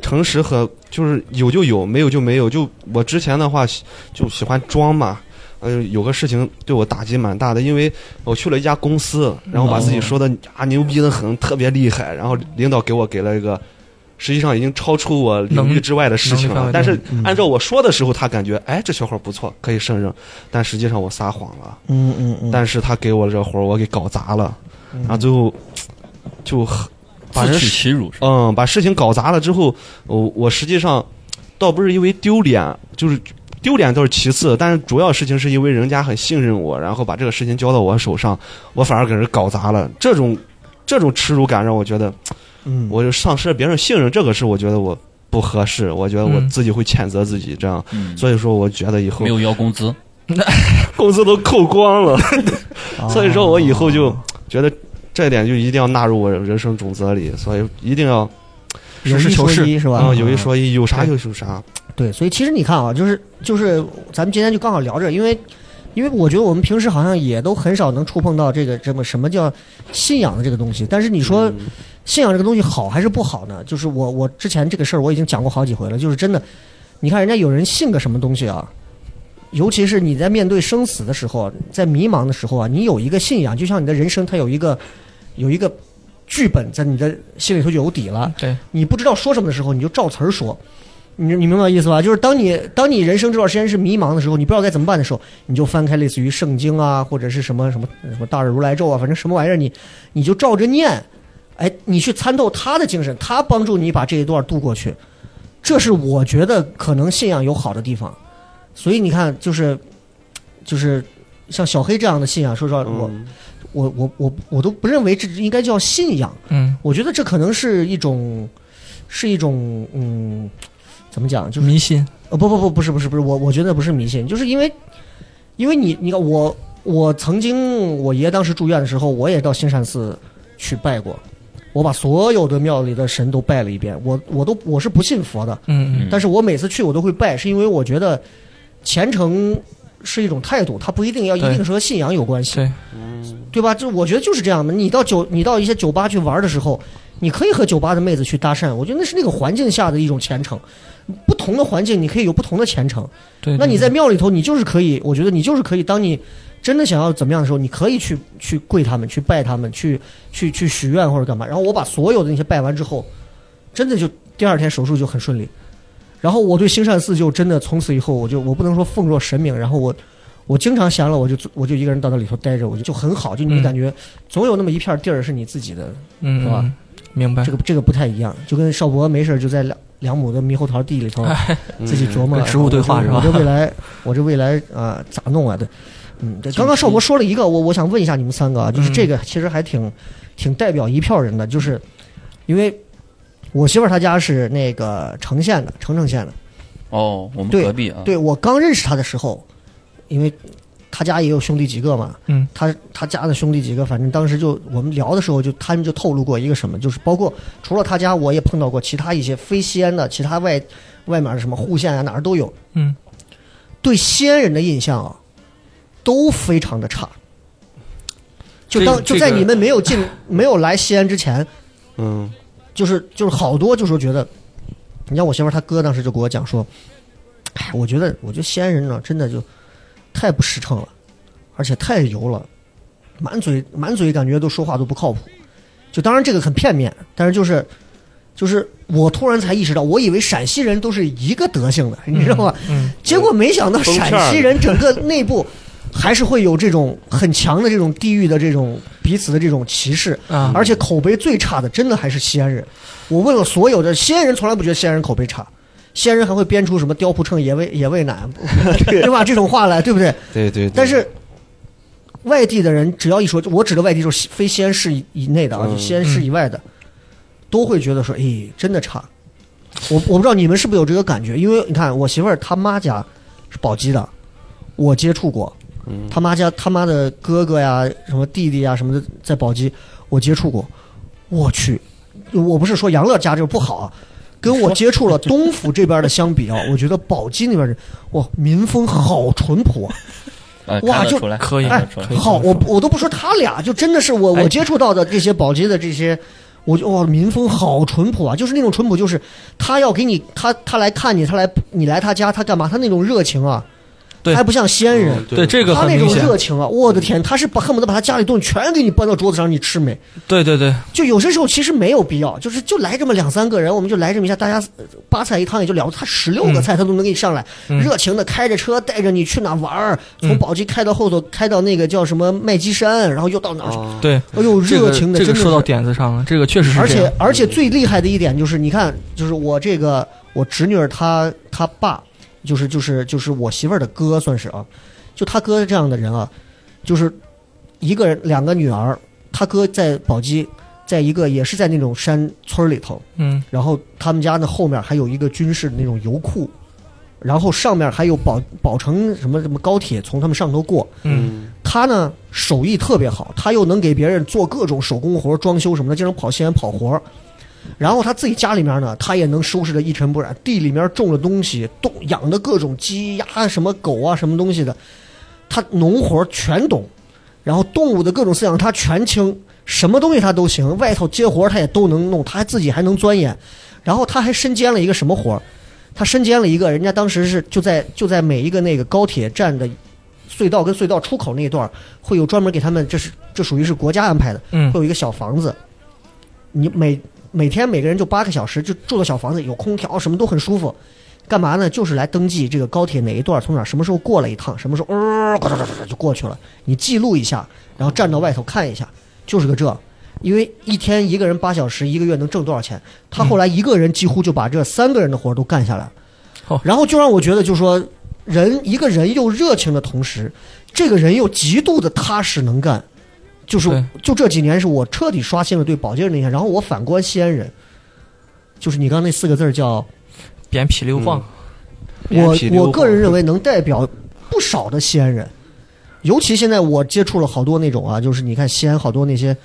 S4: 诚实和就是有就有，没有就没有。就我之前的话喜就喜欢装嘛，呃，有个事情对我打击蛮大的，因为我去了一家公司，然后把自己说的啊牛逼的很，特别厉害，然后领导给我给了一个。实际上已经超出我领域
S7: 能
S4: 之外的事情
S7: 能力范
S4: 了
S7: 围，
S4: 但是
S1: 嗯
S4: 按照我说的时候，他感觉哎这小伙不错，可以胜任，但实际上我撒谎了，
S1: 嗯嗯嗯，
S4: 但是他给我这活儿我给搞砸了，然后最后就很把
S6: 嗯自
S4: 人
S6: 取其辱是吧？
S4: 嗯，把事情搞砸了之后，我我实际上倒不是因为丢脸，就是丢脸倒是其次，但是主要事情是因为人家很信任我，然后把这个事情交到我手上，我反而给人搞砸了，这种这种耻辱感让我觉得
S1: 嗯
S4: 我就丧失了别人信任，这个是我觉得我不合适，我觉得我
S7: 嗯
S4: 自己会谴责自己这样，
S5: 嗯
S4: 所以说我觉得以后
S6: 没有要工资，
S4: 工资都扣光了，所以说我以后就
S1: 哦
S4: 觉得这点就一定要纳入我人生种则里，所以一定要
S1: 有
S7: 实事
S1: 一
S7: 求
S1: 说
S7: 是
S1: 一是吧？
S4: 嗯有一说一，有啥就有啥。
S1: 对，所以其实你看啊，就是就是咱们今天就刚好聊这，因为因为我觉得我们平时好像也都很少能触碰到这个这么什么叫信仰的这个东西，但是你说
S4: 嗯
S1: 信仰这个东西好还是不好呢？就是我我之前这个事儿我已经讲过好几回了，就是真的，你看人家有人信个什么东西啊。尤其是你在面对生死的时候，在迷茫的时候啊，你有一个信仰，就像你的人生，它有一个有一个剧本在你的心里头有底了。
S7: 对，
S1: 你不知道说什么的时候，你就照词儿说。你你明白我意思吧？就是当你当你人生这段时间是迷茫的时候，你不知道该怎么办的时候，你就翻开类似于圣经啊，或者是什么什么什么大日如来咒啊，反正什么玩意儿，你你就照着念，哎，你去参透他的精神，他帮助你把这一段度过去。这是我觉得可能信仰有好的地方，所以你看，就是就是像小黑这样的信仰，说实话，呃我
S4: 嗯
S1: 我我我我都不认为这应该叫信仰。
S7: 嗯，
S1: 我觉得这可能是一种，是一种，嗯，怎么讲？就是
S7: 迷信，
S1: 呃，不不不，不是不是不是，我我觉得不是迷信，就是因为，因为你你看我我曾经我爷当时住院的时候，我也到兴善寺去拜过，我把所有的庙里的神都拜了一遍，我我都我是不信佛的，
S7: 嗯
S1: 但是我每次去我都会拜，是因为我觉得虔诚是一种态度，它不一定要一
S7: 对
S1: 定是和信仰有关系。
S7: 对，
S1: 对吧？就我觉得就是这样的。你到酒，你到一些酒吧去玩的时候，你可以和酒吧的妹子去搭讪，我觉得那是那个环境下的一种虔诚。不同的环境，你可以有不同的虔诚。
S7: 对。
S1: 那你
S7: 对
S1: 在庙里头，你就是可以，我觉得你就是可以，当你真的想要怎么样的时候，你可以去去跪他们，去拜他们，去去去许愿或者干嘛。然后我把所有的那些拜完之后，真的就第二天手术就很顺利。然后我对兴善寺就真的从此以后，我就我不能说奉若神明，然后我我经常闲了，我就我就一个人到那里头待着，我就就很好，就你
S7: 嗯
S1: 感觉总有那么一片地儿是你自己的，
S7: 嗯
S1: 是吧
S7: 嗯明白
S1: 这。个这个不太一样，就跟邵博没事儿就在两两亩的猕猴桃地里头。自己琢磨
S7: 哎
S1: 啊
S7: 跟植物对话是吧
S1: 我这未来，我这未来啊、咋弄啊？对，嗯，对。刚刚邵博说了一个，我我想问一下你们三个啊，就是
S7: 嗯
S1: 这个其实还挺挺代表一票人的，就是因为我媳妇儿她家是那个成县的，澄城县的。
S6: 哦，我们
S1: 对
S6: 隔壁啊，
S1: 对我刚认识她的时候，因为她家也有兄弟几个嘛，
S7: 嗯，
S1: 她她家的兄弟几个，反正当时就我们聊的时候就，他们就透露过一个什么，就是包括除了她家，我也碰到过其他一些非西安的，其他外外面的什么户县啊，哪儿都有。
S7: 嗯，
S1: 对西安人的印象啊，都非常的差。就当
S7: 这
S1: 就
S7: 个
S1: 在
S7: 这个
S1: 你们没有进、没有来西安之前，
S4: 嗯
S1: 就是就是好多就说觉得，你像我媳妇儿她哥当时就给我讲说，哎，我觉得我觉得西安人呢真的就太不实诚了，而且太油了，满嘴满嘴感觉都说话都不靠谱。就当然这个很片面，但是就是就是我突然才意识到，我以为陕西人都是一个德行的，你知道吗？
S7: 嗯，
S1: 结果没想到陕西人整个内部还是会有这种很强的这种地域的这种彼此的这种歧视，
S7: 啊，
S1: 而且口碑最差的真的还是西安人。我问了所有的西安人，从来不觉得西安人口碑差。西安人还会编出什么“雕铺秤，野味野味奶”，对吧？这种话来，对不对？
S4: 对对对
S1: 但是外地的人只要一说，我指的外地就是西非西安市以以内的啊，
S4: 嗯
S1: 就西安市以外的，都会觉得说，哎，真的差。我我不知道你们是不是有这个感觉，因为你看我媳妇儿她妈家是宝鸡的，我接触过，
S4: 嗯
S1: 他妈家他妈的哥哥呀、什么弟弟呀什么的，在宝鸡我接触过，我去，我不是说杨乐家这个不好啊。跟我接 触了东府这边的相比啊，我觉得宝鸡那边人，哇，民风好淳朴啊！
S6: 哎
S1: 哇
S6: 看得
S1: 就
S6: 出来，
S7: 可以
S6: 看得出来
S7: 可以
S1: 好，我不我都不说他俩，就真的是我
S7: 哎
S1: 我接触到的这些宝鸡的这些我就哇，民风好淳朴啊，就是那种淳朴，就是他要给你，他他来看你，他来你来他家，他干嘛？他那种热情啊，
S5: 对嗯
S1: 他还不像西安人。
S5: 对这个
S1: 他
S5: 很
S1: 那
S5: 明
S1: 种
S5: 显，
S1: 热情啊，我的天，他是把恨不得把他家里东西全给你搬到桌子上，让你吃没？
S5: 对对对，
S1: 就有些时候其实没有必要，就是就来这么两三个人，我们就来这么一下，大家呃八菜一汤也就聊。他十
S7: 嗯
S1: 六个菜他都能给你上来，热情的开着车带着你去哪玩儿，
S7: 嗯
S1: 从宝鸡开到后头，开到那个叫什么麦积山，然后又到哪儿去？
S4: 哦
S5: 对，
S1: 哎呦，
S7: 这
S1: 热
S7: 个
S1: 情的
S7: 这
S1: 真
S7: 个
S1: 的
S7: 说到
S1: 是。
S7: 点子上了，这个确实是
S1: 而
S7: 这
S1: 且
S7: 样，
S1: 而且最厉害的一点就是，你看，就是我这个我侄女儿她她爸，就是就是就是我媳妇儿的哥，算是啊，就他哥这样的人啊，就是一个人两个女儿，他哥在宝鸡，在一个也是在那种山村里头，
S7: 嗯
S1: 然后他们家那后面还有一个军事的那种油库，然后上面还有宝宝城什么什么高铁从他们上头过。
S7: 嗯，
S1: 他呢手艺特别好，他又能给别人做各种手工活、装修什么的，经常跑西安跑活儿。然后他自己家里面呢，他也能收拾的一尘不染，地里面种的东西、动养的各种鸡鸭、什么狗啊、什么东西的，他农活儿全懂，然后动物的各种饲养他全清，什么东西他都行，外头接活儿他也都能弄，他还自己还能钻研，然后他还身兼了一个什么活儿？他身兼了一个，人家当时是就在就在每一个那个高铁站的隧道跟隧道出口那一段儿，会有专门给他们，这是这属于是国家安排的，
S7: 嗯
S1: 会有一个小房子，你每每天每个人就八个小时，就住到小房子，有空调，什么都很舒服。干嘛呢？就是来登记这个高铁哪一段儿从哪儿什么时候过了一趟，什么时候呃呱呱呱呱呱就过去了，你记录一下，然后站到外头看一下，就是个这。因为一天一个人八小时，一个月能挣多少钱？他后来一个人几乎就把这三个人的活儿都干下来了，
S7: 哦
S1: 然后就让我觉得，就说人一个人又热情的同时，这个人又极度的踏实能干，就是
S7: 对
S1: 就这几年是我彻底刷新了对保洁人的印象。然后我反观西安人，就是你刚那四个字儿叫
S7: 扁皮溜晃，
S4: 脸
S1: 我
S4: 皮溜
S1: 我
S4: 厚
S1: 个人认为能代表不少的西安人，尤其现在我接触了好多那种啊，就是你看西安好多那些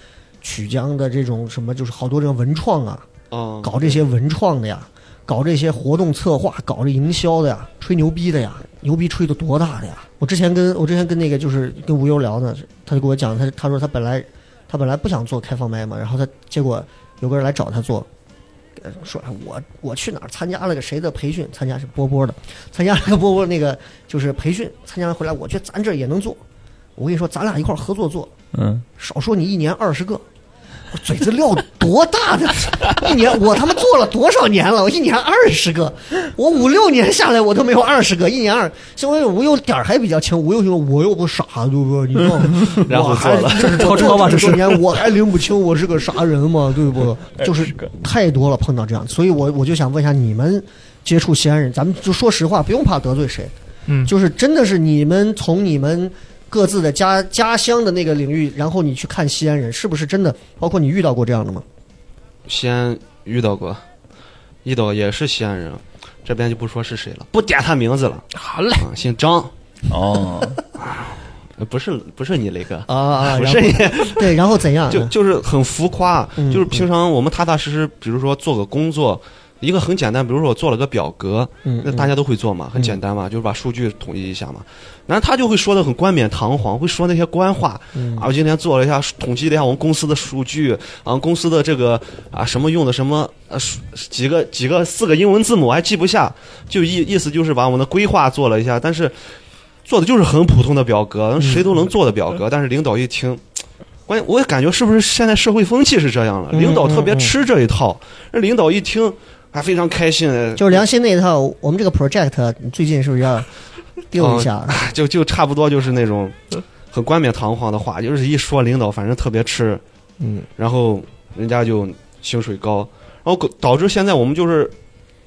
S1: 曲江的这种什么，就是好多这种文创啊，
S4: 哦
S1: 搞这些文创的呀，搞这些活动策划，搞这营销的呀，吹牛逼的呀，牛逼吹的多大的呀？我之前跟我之前跟那个就是跟吴优聊呢，他就跟我讲，他他说他本来他本来不想做开放麦嘛，然后他结果有个人来找他做。呃说哎我我去哪儿参加了个谁的培训？参加是波波的，参加了个波波那个就是培训，参加完回来，我觉得咱这儿也能做。我跟你说，咱俩一块儿合作做，
S5: 嗯，
S1: 少说你一年二十个，我嘴子撂多大的？一年我他妈做了多少年了？我一年二十个，我五六年下来我都没有二十个，一年二。幸亏吴优点儿还比较轻，吴优说我又不傻，对不对？你弄，
S4: 然后
S1: 我还
S4: 做了
S1: 这是
S7: 戳戳吧
S1: 这
S7: 这
S1: 十
S7: 是
S1: 年我还拎不清我是个啥人嘛，对不？就是
S6: 个
S1: 太多了，碰到这样，所以我我就想问一下你们接触西安人，咱们就说实话，不用怕得罪谁，
S7: 嗯，
S1: 就是真的是你们从你们各自的家家乡的那个领域，然后你去看西安人，是不是真的？包括你遇到过这样的吗？
S4: 西安遇到过，遇到也是西安人，这边就不说是谁了，不点他名字了
S7: 好嘞，
S4: 啊，姓张，
S5: 哦，
S4: 呃不是不是你雷哥，
S1: 啊啊，
S4: 不
S1: 然
S4: 是
S1: 后
S4: 你，
S1: 对，然后怎样？
S4: 就就是很浮夸，啊
S1: 嗯
S4: 就是平常我们踏踏实实，比如说做个工作。一个很简单，比如说我做了个表格，
S1: 嗯，
S4: 那大家都会做嘛，很简单嘛，就是把数据统一一下嘛。然后他就会说的很冠冕堂皇，会说那些官话，
S1: 嗯
S4: 啊，我今天做了一下，统计了一下我们公司的数据，啊，公司的这个啊什么用的什么呃、数几个几个四个英文字母我还记不下，就意意思就是把我们的规划做了一下，但是做的就是很普通的表格，谁都能做的表格，但是领导一听。关键我也感觉是不是现在社会风气是这样了？领导特别吃这一套，那领导一听还非常开心，呃
S1: 就是良心那一套，我们这个 project 你最近是不是要定一下？
S4: 就就差不多就是那种很冠冕堂皇的话，就是一说领导反正特别吃，
S1: 嗯，
S4: 然后人家就薪水高，然后导致现在我们就是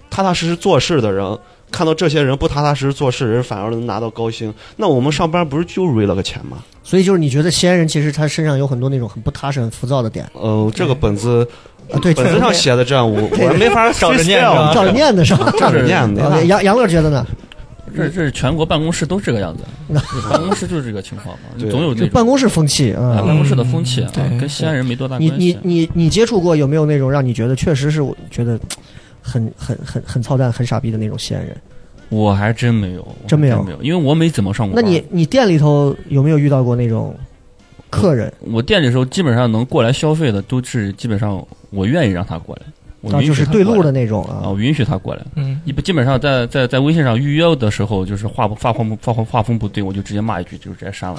S4: 踏踏实实做事的人，看到这些人不踏踏实实做事人反而能拿到高薪，那我们上班不是就是为了个钱吗？
S1: 所以就是你觉得西安人其实他身上有很多那种很不踏实、很浮躁的点
S4: 呃，这个本子
S1: 啊，对，
S4: 本子上写的这样，我我没法
S7: 照着念是吧
S4: freestyle
S1: 照着念的是吧？
S4: 照着 念
S1: 啊
S4: 的。
S1: 杨杨乐觉得呢？
S6: 这这是全国办公室都这个样子，办公室就是这个情况嘛，
S4: 对
S6: 总有
S1: 就
S6: 那种
S1: 办公室风气
S6: 哎
S1: 啊
S6: 办。公室的风气啊，
S7: 嗯对
S6: 跟西安人没多大关
S1: 你
S6: 系。啊
S1: 你你你接触过有没有那种让你觉得确实是我觉得很很很很操蛋、很傻逼的那种西安人？
S6: 我还真没有，我还
S1: 真没有
S6: 没有，因为我没怎么上过
S1: 那
S6: 班。
S1: 你你店里头有没有遇到过那种客人，
S6: 我店里的时候基本上能过来消费的都是基本上我愿意让他过来，我
S1: 啊，
S6: 允许
S1: 就是
S6: 他
S1: 对
S6: 过
S1: 路
S6: 来
S1: 的那种
S6: 啊，
S1: 啊
S6: 我允许他过来。
S7: 嗯，
S6: 一般基本上在在在微信上预约的时候，就是画不画风不画风画风不对，我就直接骂一句，就直接删了。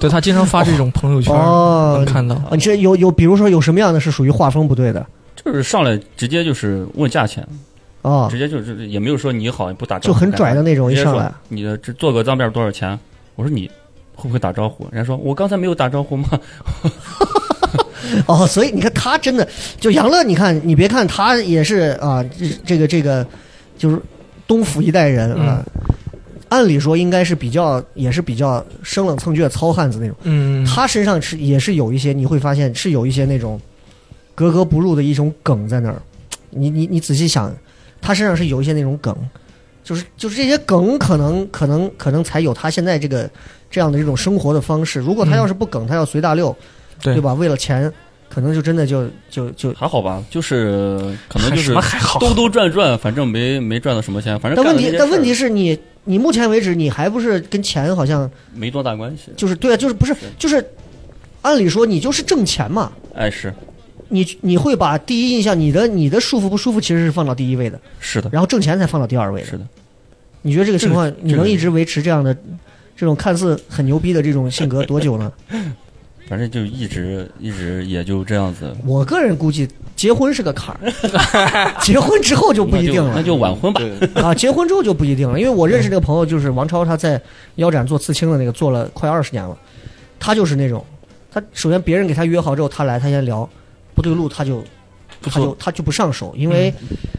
S7: 对他经常发这种朋友圈，
S1: 哦
S7: 能，看到。
S1: 啊，你这有有，比如说有什么样的是属于画风不对的
S6: 就是上来直接就是问价钱，
S1: 啊
S6: 直？接就是也没有说你好也不打招
S1: 就
S6: 呼，
S1: 很拽的那种，一
S6: 直接
S1: 上
S6: 说
S1: 来
S6: 你的这做个脏辫多少钱？我说你会不会打招呼？人家说我刚才没有打招呼吗？
S1: 哦，所以你看他真的就杨乐，你看你别看他也是啊，这这个这个就是东府一代人啊，按理说应该是比较也是比较生冷蹭倔糙汉子那种，
S7: 嗯，
S1: 他身上是也是有一些，你会发现是有一些那种格格不入的一种梗在那儿。你你你仔细想，他身上是有一些那种梗，就是就是这些梗可能可能可能才有他现在这个这样的这种生活的方式。如果他要是不梗，他要随大溜，
S7: 对
S1: 吧？为了钱，可能就真的就就就。
S6: 还好吧，就是可能就
S7: 什
S6: 是
S7: 么还好，
S6: 兜兜转转，反正没没赚到什么钱，反正
S1: 但问
S6: 干了那
S1: 题
S6: 些
S1: 但问题
S6: 事
S1: 是你你目前为止你还不是跟钱好像
S6: 儿没多大关系。
S1: 就是对啊，就是不是就是，按理说你就是挣钱嘛，
S6: 哎，是
S1: 你你会把第一印象，你的你的舒服不舒服，其实是放到第一位的，
S6: 是的，
S1: 然后挣钱才放到第二位的。
S6: 是的，
S1: 你觉得这个情况，你
S6: 这
S1: 能
S6: 个
S1: 一直维持这样的这种看似很牛逼的这种性格多久呢？
S6: 反正就一直一直也就这样子。
S1: 我个人估计，结婚是个坎儿，结婚之后就不
S6: 那
S1: 一定
S6: 就那
S1: 了
S6: 就晚婚吧。
S1: 啊，结婚之后就不一定了。因为我认识这个朋友，就是王超，他在腰斩做刺青的那个做了快二十年了，他就是那种，他首先别人给他约好之后，他来他先聊，不对路他就
S7: 不
S1: 他就
S7: 错，嗯
S1: 他就不上手，因为、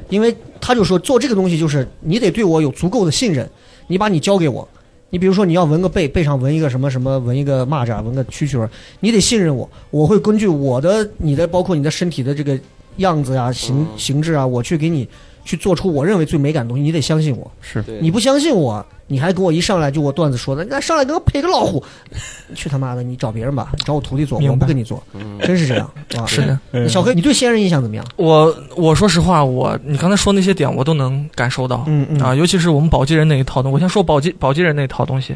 S1: 因为他就说做这个东西就是你得对我有足够的信任，你把你交给我，你比如说你要纹个背，背上纹一个什么什么，纹一个蚂蚱，纹个蛐蛐儿，你得信任我，我会根据我的你的包括你的身体的这个样子啊、
S7: 嗯
S1: 形形制啊，我去给你去做出我认为最美感的东西，你得相信我。
S6: 是
S4: 对
S1: 你不相信我，你还给我一上来就我段子说的，那上来给我配个老虎， 去他妈的，你找别人吧，找我徒弟做，
S7: 明白
S1: 我不跟你做，
S7: 嗯
S1: 真是这样啊。
S7: 是的。
S1: 那小黑，你对先人印象怎么样？
S7: 我我说实话，我你刚才说那些点，我都能感受到。
S1: 嗯嗯
S7: 啊，尤其是我们宝鸡人那一套东西，我先说宝鸡宝鸡人那一套东西。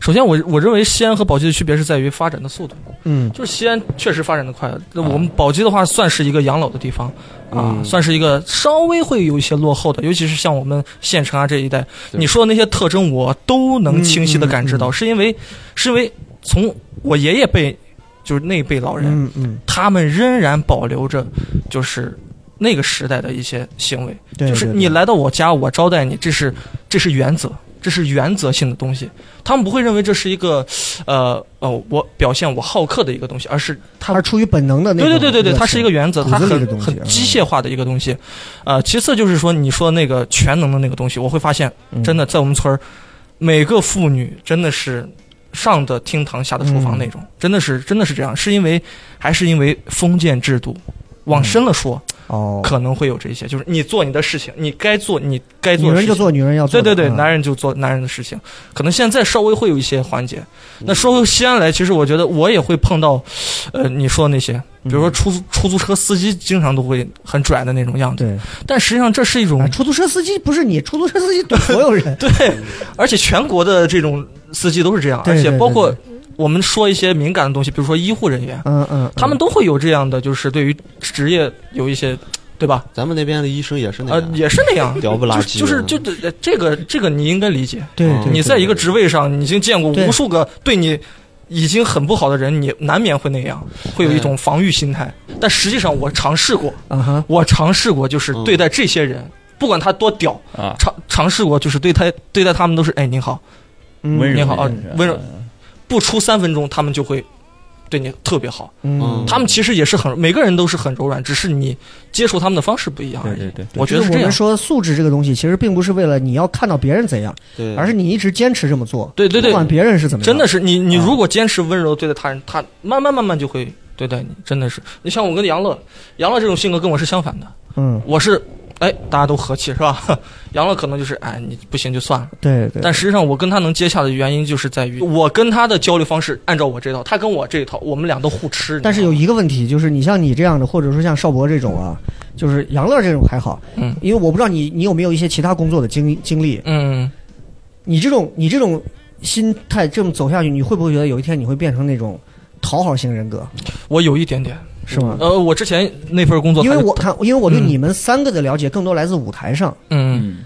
S7: 首先我，我认为西安和宝鸡的区别是在于发展的速度，
S1: 嗯啊
S7: 就是西安确实发展的快。那我们宝鸡的话，算是一个养老的地方啊，
S8: 嗯
S7: 算是一个稍微会有一些落后的，尤其是像我们县城啊这一带，
S8: 对
S7: 你说的那些特征，我都能清晰的
S1: 嗯嗯
S7: 感知到，是因为是因为从我爷爷辈，就是那一辈老人，
S1: 嗯嗯，
S7: 他们仍然保留着就是那个时代的一些行为，
S1: 对，
S7: 就是
S1: 对
S7: 你
S1: 对
S7: 来到我家，我招待你，这是这是原则，这是原则性的东西。他们不会认为这是一个，呃呃，我表现我好客的一个东西，而是
S1: 他是出于本能的那
S7: 对
S1: 种
S7: 对
S1: 热情，
S7: 对对对，它是一个原则，
S1: 骨
S7: 它
S1: 子里
S7: 很
S1: 的东西
S7: 很
S1: 嗯
S7: 机械化的一个东西。呃，其次就是说你说那个全能的那个东西，我会发现
S1: 嗯
S7: 真的在我们村儿，每个妇女真的是上的厅堂，下的厨房那种，嗯真的是真的是这样，是因为还是因为封建制度。往深了说，
S1: 哦，
S7: 可能会有这些，就是你做你的事情，你该做你该做
S1: 女
S7: 的
S1: 人
S7: 事情，
S1: 就做女人要做
S7: 对
S1: 的，
S7: 对对，
S1: 嗯
S7: 男人就做男人的事情，可能现在稍微会有一些缓解。那说回西安来，其实我觉得我也会碰到，呃，你说的那些，比如说出租出租车司机经常都会很拽的那种样子，
S1: 对，
S7: 但实际上这是一
S1: 啊
S7: 种，
S1: 出租车司机不是你，出租车司机对所有人
S7: 对，而且全国的这种司机都是这样，
S1: 对
S7: 而且
S1: 对
S7: 包
S1: 对
S7: 括我们说一些敏感的东西，比如说医护人员，
S1: 嗯嗯，
S7: 他们都会有这样的，就是对于职业有一些，对吧？
S4: 咱们那边的医生也是那
S7: 呃，
S4: 样，
S7: 也是 那样，
S4: 屌不拉几
S7: 就
S4: 的
S7: 是就这这个这个你应该理解。
S1: 对
S4: 嗯
S1: 对，
S7: 你
S1: 对
S7: 在一个职位上，你已经见过
S1: 对
S7: 无数个对你已经很不好的人，你难免会那样，会有一种防御心态。但实际上，我尝试过，
S1: 啊哈，
S7: 我尝试过，就是
S4: 嗯
S7: 对待这些人，不管他多屌，
S6: 啊，
S7: 尝尝试过，就是对他对待他们都是，哎，您好，
S6: 哦温柔
S7: 你好啊
S6: 真是
S7: 温柔不出三分钟，他们就会对你特别好。
S1: 嗯
S4: 嗯，
S7: 他们其实也是很，每个人都是很柔软，只是你接触他们的方式不一样而
S6: 对
S7: 已。
S6: 对对，
S7: 我觉
S1: 就
S7: 得
S1: 是
S7: 是
S1: 我
S7: 这
S1: 们
S7: 样。
S1: 说素质这个东西，其实并不是为了你要看到别人怎样，
S4: 对，
S1: 而是你一直坚持这么做，
S7: 对对
S1: 不
S7: 对，
S1: 管别人是怎么样，
S7: 真的是你，你
S1: 啊
S7: 如果坚持温柔对待他人，他慢慢慢慢就会对待你。真的是，你像我跟杨乐，杨乐这种性格跟我是相反的，
S1: 嗯，
S7: 我是，哎，大家都和气是吧？ 杨乐可能就是，哎，你不行就算了。
S1: 对对，
S7: 但实际上，我跟他能接洽的原因就是在于，我跟他的交流方式按照我这套，他跟我这一套，我们俩都互吃。
S1: 但是有一个问题，就是你像你这样的，或者说像邵博这种啊，就是杨乐这种还好，
S7: 嗯
S1: 因为我不知道你你有没有一些其他工作的经经历，
S7: 嗯，
S1: 你这种你这种心态这么走下去，你会不会觉得有一天你会变成那种讨好型人格，
S7: 我有一点点。
S1: 是吗？
S7: 呃，我之前那份工作
S1: 因
S7: 还
S1: 为
S7: 是，
S1: 我看，因为我对你们三个的了解更多来自舞台上，
S7: 嗯，
S9: 嗯，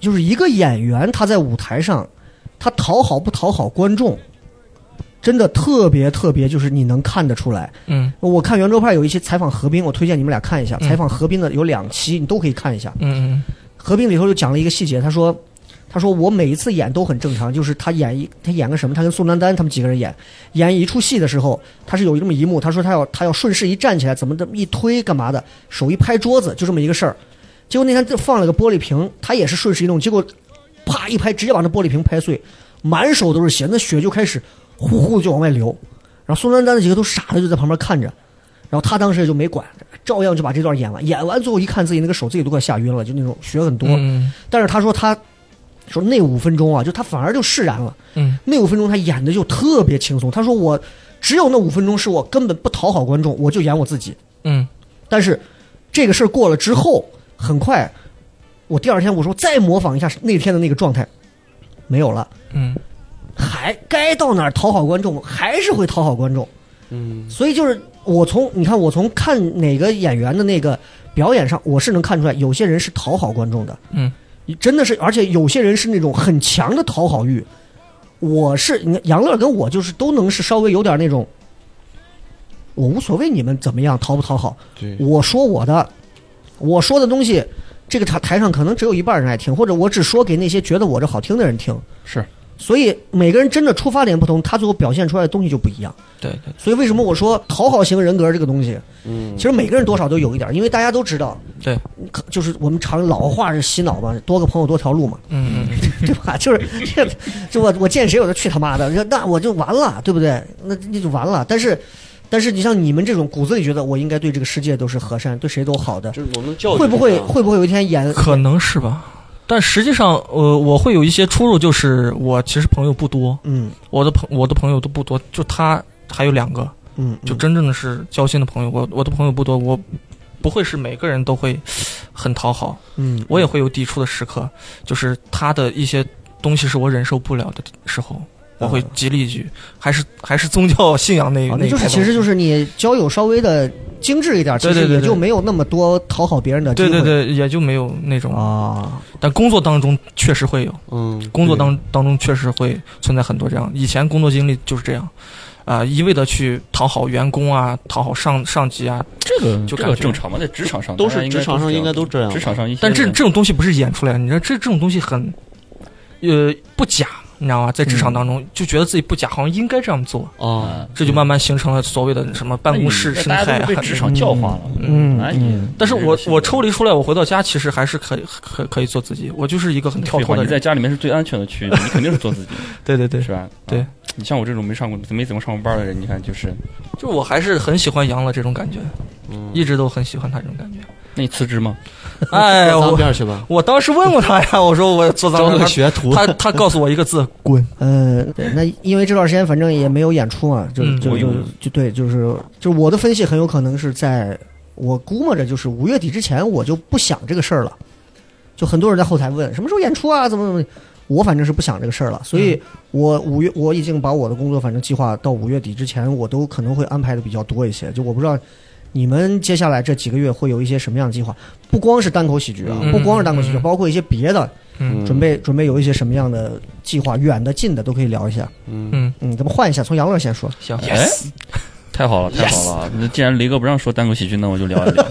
S1: 就是一个演员他在舞台上，他讨好不讨好观众，真的特别特别，就是你能看得出来。
S7: 嗯
S1: 我看圆桌派有一期采访何冰，我推荐你们俩看一下，
S7: 嗯
S1: 采访何冰的有两期，你都可以看一下。
S7: 嗯
S1: 何冰里头就讲了一个细节，他说。他说：“我每一次演都很正常，就是他演一他演个什么，他跟宋丹丹他们几个人演演一出戏的时候，他是有这么一幕，他说他要他要顺势一站起来，怎么这么一推干嘛的，手一拍桌子，就这么一个事儿。结果那天就放了个玻璃瓶，他也是顺势一弄，结果啪一拍，直接把那玻璃瓶拍碎，满手都是血，那血就开始呼呼就往外流。然后宋丹丹的几个都傻了，就在旁边看着，然后他当时也就没管，照样就把这段演完。演完最后一看自己那个手自己都快吓晕了，就那种血很多。
S7: 嗯
S1: 但是他说他说那五分钟啊，就他反而就释然了。
S7: 嗯
S1: 那五分钟他演的就特别轻松。他说我只有那五分钟是我根本不讨好观众，我就演我自己。
S7: 嗯
S1: 但是这个事儿过了之后，很快我第二天我说再模仿一下那天的那个状态，没有了，
S7: 嗯
S1: 还该到哪儿讨好观众，还是会讨好观众。
S4: 嗯，
S1: 所以就是我从你看我从看哪个演员的那个表演上，我是能看出来有些人是讨好观众的。
S7: 嗯
S1: 真的是，而且有些人是那种很强的讨好欲。我是你看杨乐跟我就是都能是稍微有点那种，我无所谓你们怎么样讨不讨好，
S4: 对，
S1: 我说我的，我说的东西，这个台台上可能只有一半人爱听，或者我只说给那些觉得我这好听的人听。
S6: 是，
S1: 所以每个人真的出发点不同，他最后表现出来的东西就不一样。
S7: 对对，
S1: 所以为什么我说讨好型人格这个东西，
S4: 嗯
S1: 其，实每个人多少都有一点儿，因为大家都知道，
S7: 对，
S1: 就是我们常老话是洗脑嘛，多个朋友多条路嘛。
S7: 嗯嗯
S1: 对吧？ 就是这，就我我见谁我就去他妈的，那我就完了，对不对？那那就完了。但是，但是你像你们这种骨子里觉得我应该对这个世界都是和善，对谁都好的，
S4: 就是我们教育
S1: 会不
S4: 这
S1: 会
S4: 样
S1: 会不会有一天演？
S7: 可能是吧。但实际上，呃，我会有一些出入，就是我其实朋友不多，
S1: 嗯
S7: 我的朋我的朋友都不多，就他还有两个，
S1: 嗯，
S7: 就真正的是交心的朋友。我我的朋友不多，我不会是每个人都会很讨好，
S1: 嗯，
S7: 我也会有抵触的时刻，就是他的一些东西是我忍受不了的时候，
S1: 嗯
S7: 我会极力去，还是还是宗教信仰那
S1: 啊，
S7: 那
S1: 那就是其实就是是你交友稍微的精致一点，其
S7: 对
S1: 实
S7: 对对
S1: 也
S7: 对
S1: 就没有那么多讨好别人的机
S7: 对
S1: 会。
S7: 对对，也就没有那种，
S1: 啊，
S7: 但工作当中确实会有，
S4: 嗯
S7: 工作
S4: 对
S7: 当当中确实会存在很多这样，以前工作经历就是这样，啊、一味的去讨好员工啊，讨好上上级啊，
S6: 这个
S7: 就
S6: 这
S7: 感
S6: 个
S7: 觉
S6: 正常嘛，在职场上
S4: 都
S6: 大家
S4: 是
S6: 应该
S4: 职场上
S6: 这
S4: 应
S6: 样
S4: 该都这样吧，
S6: 职场上一些
S7: 但这
S6: 人
S7: 这种东西不是演出来的，你知道这这种东西很，呃，不假，你知道吗？在
S6: 嗯
S7: 职场当中、就觉得自己不假，好像应该这样做，
S6: 啊
S4: 啊，
S7: 哦这就慢慢形成了所谓的什么办公室
S6: 那你
S7: 生态
S6: 嗯大家
S7: 啊
S6: 都。被职场教化了。
S1: 嗯
S6: 哎你
S7: 但是我我抽
S6: 离
S7: 离出来，我回到家其实还是可以可可以做自己，我就是一个很跳脱的
S6: 你在
S7: 人。
S6: 家里面是最安全的区域，你肯定是做自己，
S7: 对对对，
S6: 是吧？
S7: 对
S6: 啊，你像我这种没上过、没怎么上过班的人，你看就是，
S7: 就我还是很喜欢杨乐这种感觉，一直都很喜欢他这种 感觉。
S6: 那你辞职吗？
S7: 哎，
S4: 到
S7: 我
S4: 边儿去吧，
S7: 我当时问过他呀，我说我做脏
S4: 招
S7: 活
S4: 个
S7: 儿
S4: 学徒，
S7: 他他告诉我一个字，滚。
S1: 呃，对，那因为这段时间反正也没有演出嘛，就
S7: 嗯
S1: 就
S6: 我
S1: 就
S6: 有
S1: 就对，就是就是我的分析很有可能是在我估摸着就是五月底之前我就不想这个事儿了，就很多人在后台问什么时候演出啊，怎么怎么，我反正是不想这个事儿了，所以我五月我已经把我的工作反正计划到五月底之前我都可能会安排的比较多一些，就我不知道。你们接下来这几个月会有一些什么样的计划？不光是单口喜剧啊，
S4: 嗯
S1: 不光是单口喜剧，
S7: 嗯
S1: 包括一些别的，
S7: 嗯
S1: 准备准备有一些什么样的计划，远的近的都可以聊一下。
S4: 嗯，
S7: 嗯，
S1: 嗯，咱们换一下，从杨乐先说。
S7: 行，
S6: 哎，太好了，太好了！啊那既然雷哥不让说单口喜剧，那我就聊一 聊。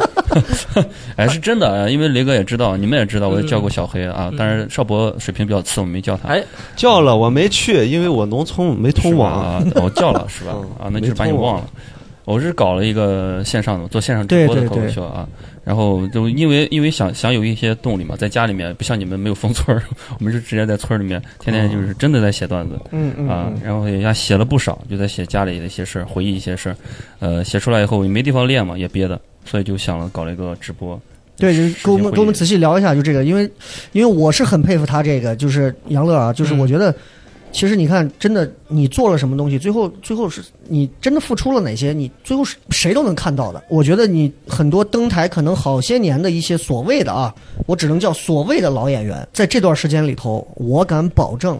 S6: 哎，是真的，因为雷哥也知道，你们也知道，
S7: 嗯
S6: 我也叫过小黑啊，但是邵博水平比较次，我没叫他。
S7: 哎
S4: 叫了我没去，因为我农村没通网，
S6: 是吧啊，我叫了 是吧
S4: 嗯？
S6: 啊，那就是把你忘了。我是搞了一个线上的做线上直播的
S1: 对对
S6: 脱口秀啊，然后就因为因为想想有一些动力嘛，在家里面不像你们没有封村儿， 我们是直接在村儿里面天天就是真的在写段子，
S1: 嗯
S6: 啊，然后也写了不少，就在写家里的一些事儿，回忆一些事儿，呃，写出来以后也没地方练嘛，也憋的，所以就想了搞了一个直播。
S1: 对，
S6: 时
S1: 就
S6: 间
S1: 是跟我们
S6: 会议
S1: 跟我们仔细聊一下，就这个，因为因为我是很佩服他这个，就是杨乐啊，就是
S7: 嗯
S1: 我觉得，其实你看，真的你做了什么东西，最后最后是你真的付出了哪些，你最后是谁都能看到的。我觉得你很多登台可能好些年的一些所谓的啊，我只能叫所谓的老演员，在这段时间里头，我敢保证，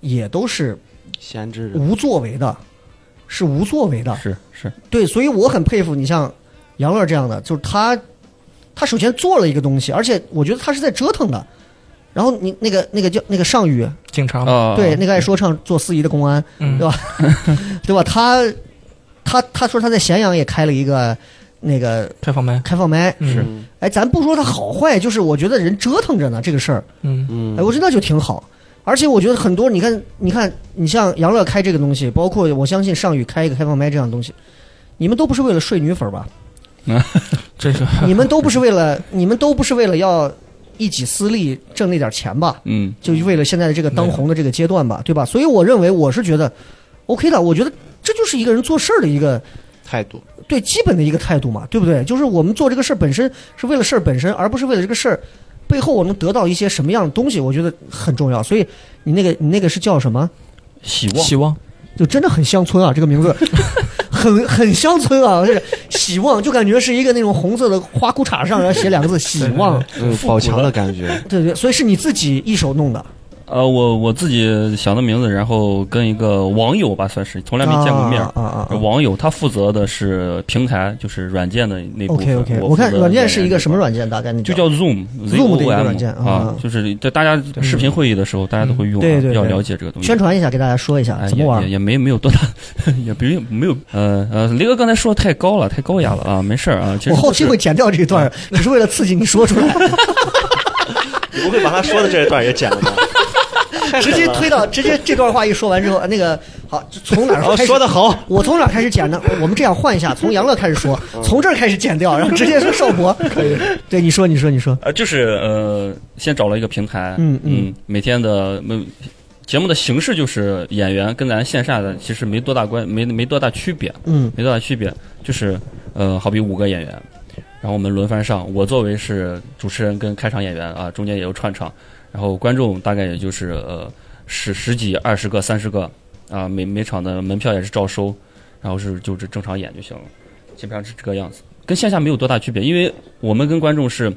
S1: 也都是
S4: 闲置着。
S1: 无作为的，是无作为的。
S6: 是是，
S1: 对，所以我很佩服你像杨乐这样的，就是他，他首先做了一个东西，而且我觉得他是在折腾的。然后你那个那个叫那个尚宇，
S7: 警察嘛，
S6: 啊，
S1: 对，那个爱说唱做司仪的公安，
S7: 嗯
S1: 对吧？对吧？他他他说他在咸阳也开了一个那个
S7: 开放麦，
S1: 开放麦，
S7: 是，
S1: 哎，咱不说他好坏，就是我觉得人折腾着呢这个事儿，
S7: 嗯，
S4: 嗯
S1: 哎，我觉得那就挺好。而且我觉得很多，你看，你看，你像杨乐开这个东西，包括我相信尚宇开一个开放麦这样的东西，你们都不是为了睡女粉吧？
S7: 这个
S1: 你们都不是为了，你们都不是为了要一己私利挣那点钱吧？
S6: 嗯，
S1: 就为了现在的这个当红的这个阶段吧，对吧？所以我认为我是觉得 OK 的，我觉得这就是一个人做事儿的一个
S4: 态度，
S1: 对基本的一个态度嘛，对不对？就是我们做这个事儿本身是为了事儿本身，而不是为了这个事儿背后我能得到一些什么样的东西，我觉得很重要。所以你那个你那个是叫什么？
S6: 希望
S7: 希望，
S1: 就真的很乡村啊，这个名字 很很乡村啊，就是喜旺，就感觉是一个那种红色的花裤衩上，然后写两个字喜 旺，
S4: 嗯，宝强的感觉，
S1: 对对，所以是你自己一手弄的，
S6: 呃，我我自己想的名字，然后跟一个网友吧，算是从来没见过面儿
S1: 啊。啊啊！啊
S6: 网友他负责的是平台，就是软件的那部
S1: OK
S6: 分。
S1: OK，
S6: 我
S1: 我看
S6: 负责
S1: 软件是一个什么
S6: 软件
S1: 软件？大概你
S6: 这块儿？就叫 Zoom
S1: Zoom 的一个
S6: ZOOM
S1: 软件啊嗯
S6: 啊，就是在大家视频会议的时候，大家都会用啊，
S1: 对对对
S6: 要了解这个东西
S1: 宣。传一下，给大家说一下
S6: 哎
S1: 怎么
S6: 也
S1: 玩
S6: 也。也没没有多大， 也不用没有呃呃，雷哥刚才说的太高了，太高雅了啊，没事儿啊。其实
S1: 我后
S6: 就
S1: 期
S6: 是
S1: 会剪掉这一段，
S6: 哎
S1: 只是为了刺激你说出来，
S4: 你不会把他说的这一段也剪 了吧？
S1: 直接推到直接这段话一说完之后，呃那个好，从哪儿
S4: 哦，
S1: 开始
S4: 说的？好，
S1: 我从哪儿开始剪呢？我们这样换一下，从杨乐开始说，
S6: 嗯
S1: 从这儿开始剪掉，然后直接说邵 博。可以， 对你说，你说，你说，
S6: 呃，就是呃，先找了一个平台，
S1: 嗯嗯
S6: 每天的嗯节目的形式就是演员跟咱线下的其实没多大关，没没多大区别，
S1: 嗯
S6: 没多大区别，就是呃，好比五个演员，然后我们轮番上，我作为是主持人跟开场演员啊，中间也有串场，然后观众大概也就是呃十十几、二十个、三十个啊，每每场的门票也是照收，然后是就是正常演就行了，基本上是这个样子，跟线下没有多大区别，因为我们跟观众是，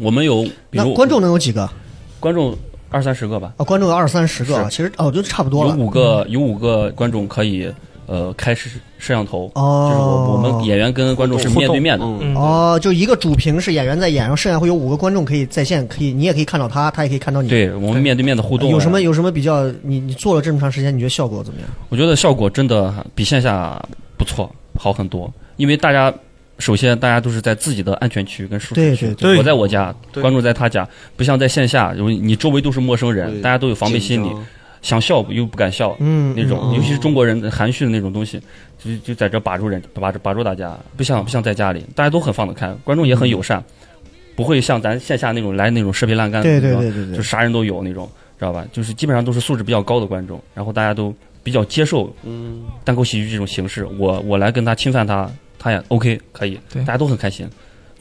S6: 我们有比
S1: 那
S6: 如
S1: 观众能有几个啊？
S6: 观众二三十个吧，
S1: 观众有二三十个啊，其实哦，就差不多
S6: 有
S1: 了。
S6: 五个有五个观众可以呃开摄摄像头。就是我我们
S1: 哦，
S6: 演员跟观众是面对面的，
S4: 嗯，
S7: 嗯，
S1: 哦，就一个主屏是演员在演，然后剩下会有五个观众可以在线，可以你也可以看到他，他也可以看到
S4: 嗯
S1: 你。
S6: 对我们面对面的互动啊
S1: 有什么？有什么比较？你你做了这么长时间，你觉得效果怎么样？
S6: 我觉得效果真的比线下不错，好很多。因为大家首先大家都是在自己的安全区跟舒适
S1: 对
S6: 区，
S1: 对
S7: 对
S6: 我在我家，
S7: 对
S6: 观众在他家，不像在线下，因为你周围都是陌生人，嗯大家都有防备心理
S4: 紧，张
S6: 想笑又不敢笑
S1: 嗯，
S6: 那种，
S1: 嗯
S6: 尤其是中国人含蓄的那种东西，就就在这把住人，把把住大家，不像不像在家里，大家都很放得开，观众也
S1: 嗯
S6: 很友善，不会像咱线下那种来那种射皮烂肝，
S1: 嗯对对
S6: 那种
S1: 对对
S6: 就
S1: 对，
S6: 啥人都有那种，知道吧？就是基本上都是素质比较高的观众，然后大家都比较接受
S4: 嗯，
S6: 单口喜剧这种形式。我我来跟他侵犯他，他也 OK 可以，
S7: 对
S6: 大家都很开心，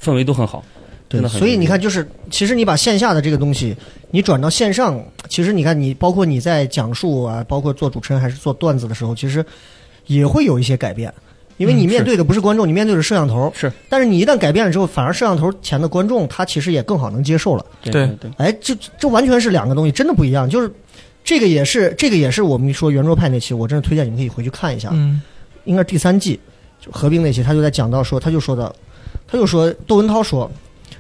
S6: 氛围都很好。
S1: 对
S6: 真的很
S1: 所以你看，就是其实你把线下的这个东西，你转到线上，其实你看你包括你在讲述啊，包括做主持人还是做段子的时候，其实也会有一些改变。因为你
S6: 嗯
S1: 面
S6: 是
S1: 对的不是观众，你面对的是摄像头。
S6: 是，
S1: 但是你一旦改变了之后，反而摄像头前的观众他其实也更好能接受了。
S6: 对
S7: 对
S6: 对，
S1: 哎，这这完全是两个东西，真的不一样。就是这个也是这个也是我们说圆桌派那期，我真的推荐你们可以回去看一下。
S7: 嗯，
S1: 应该是第三季，就合并那期，他就在讲到说，他就说的，他就说窦文涛说，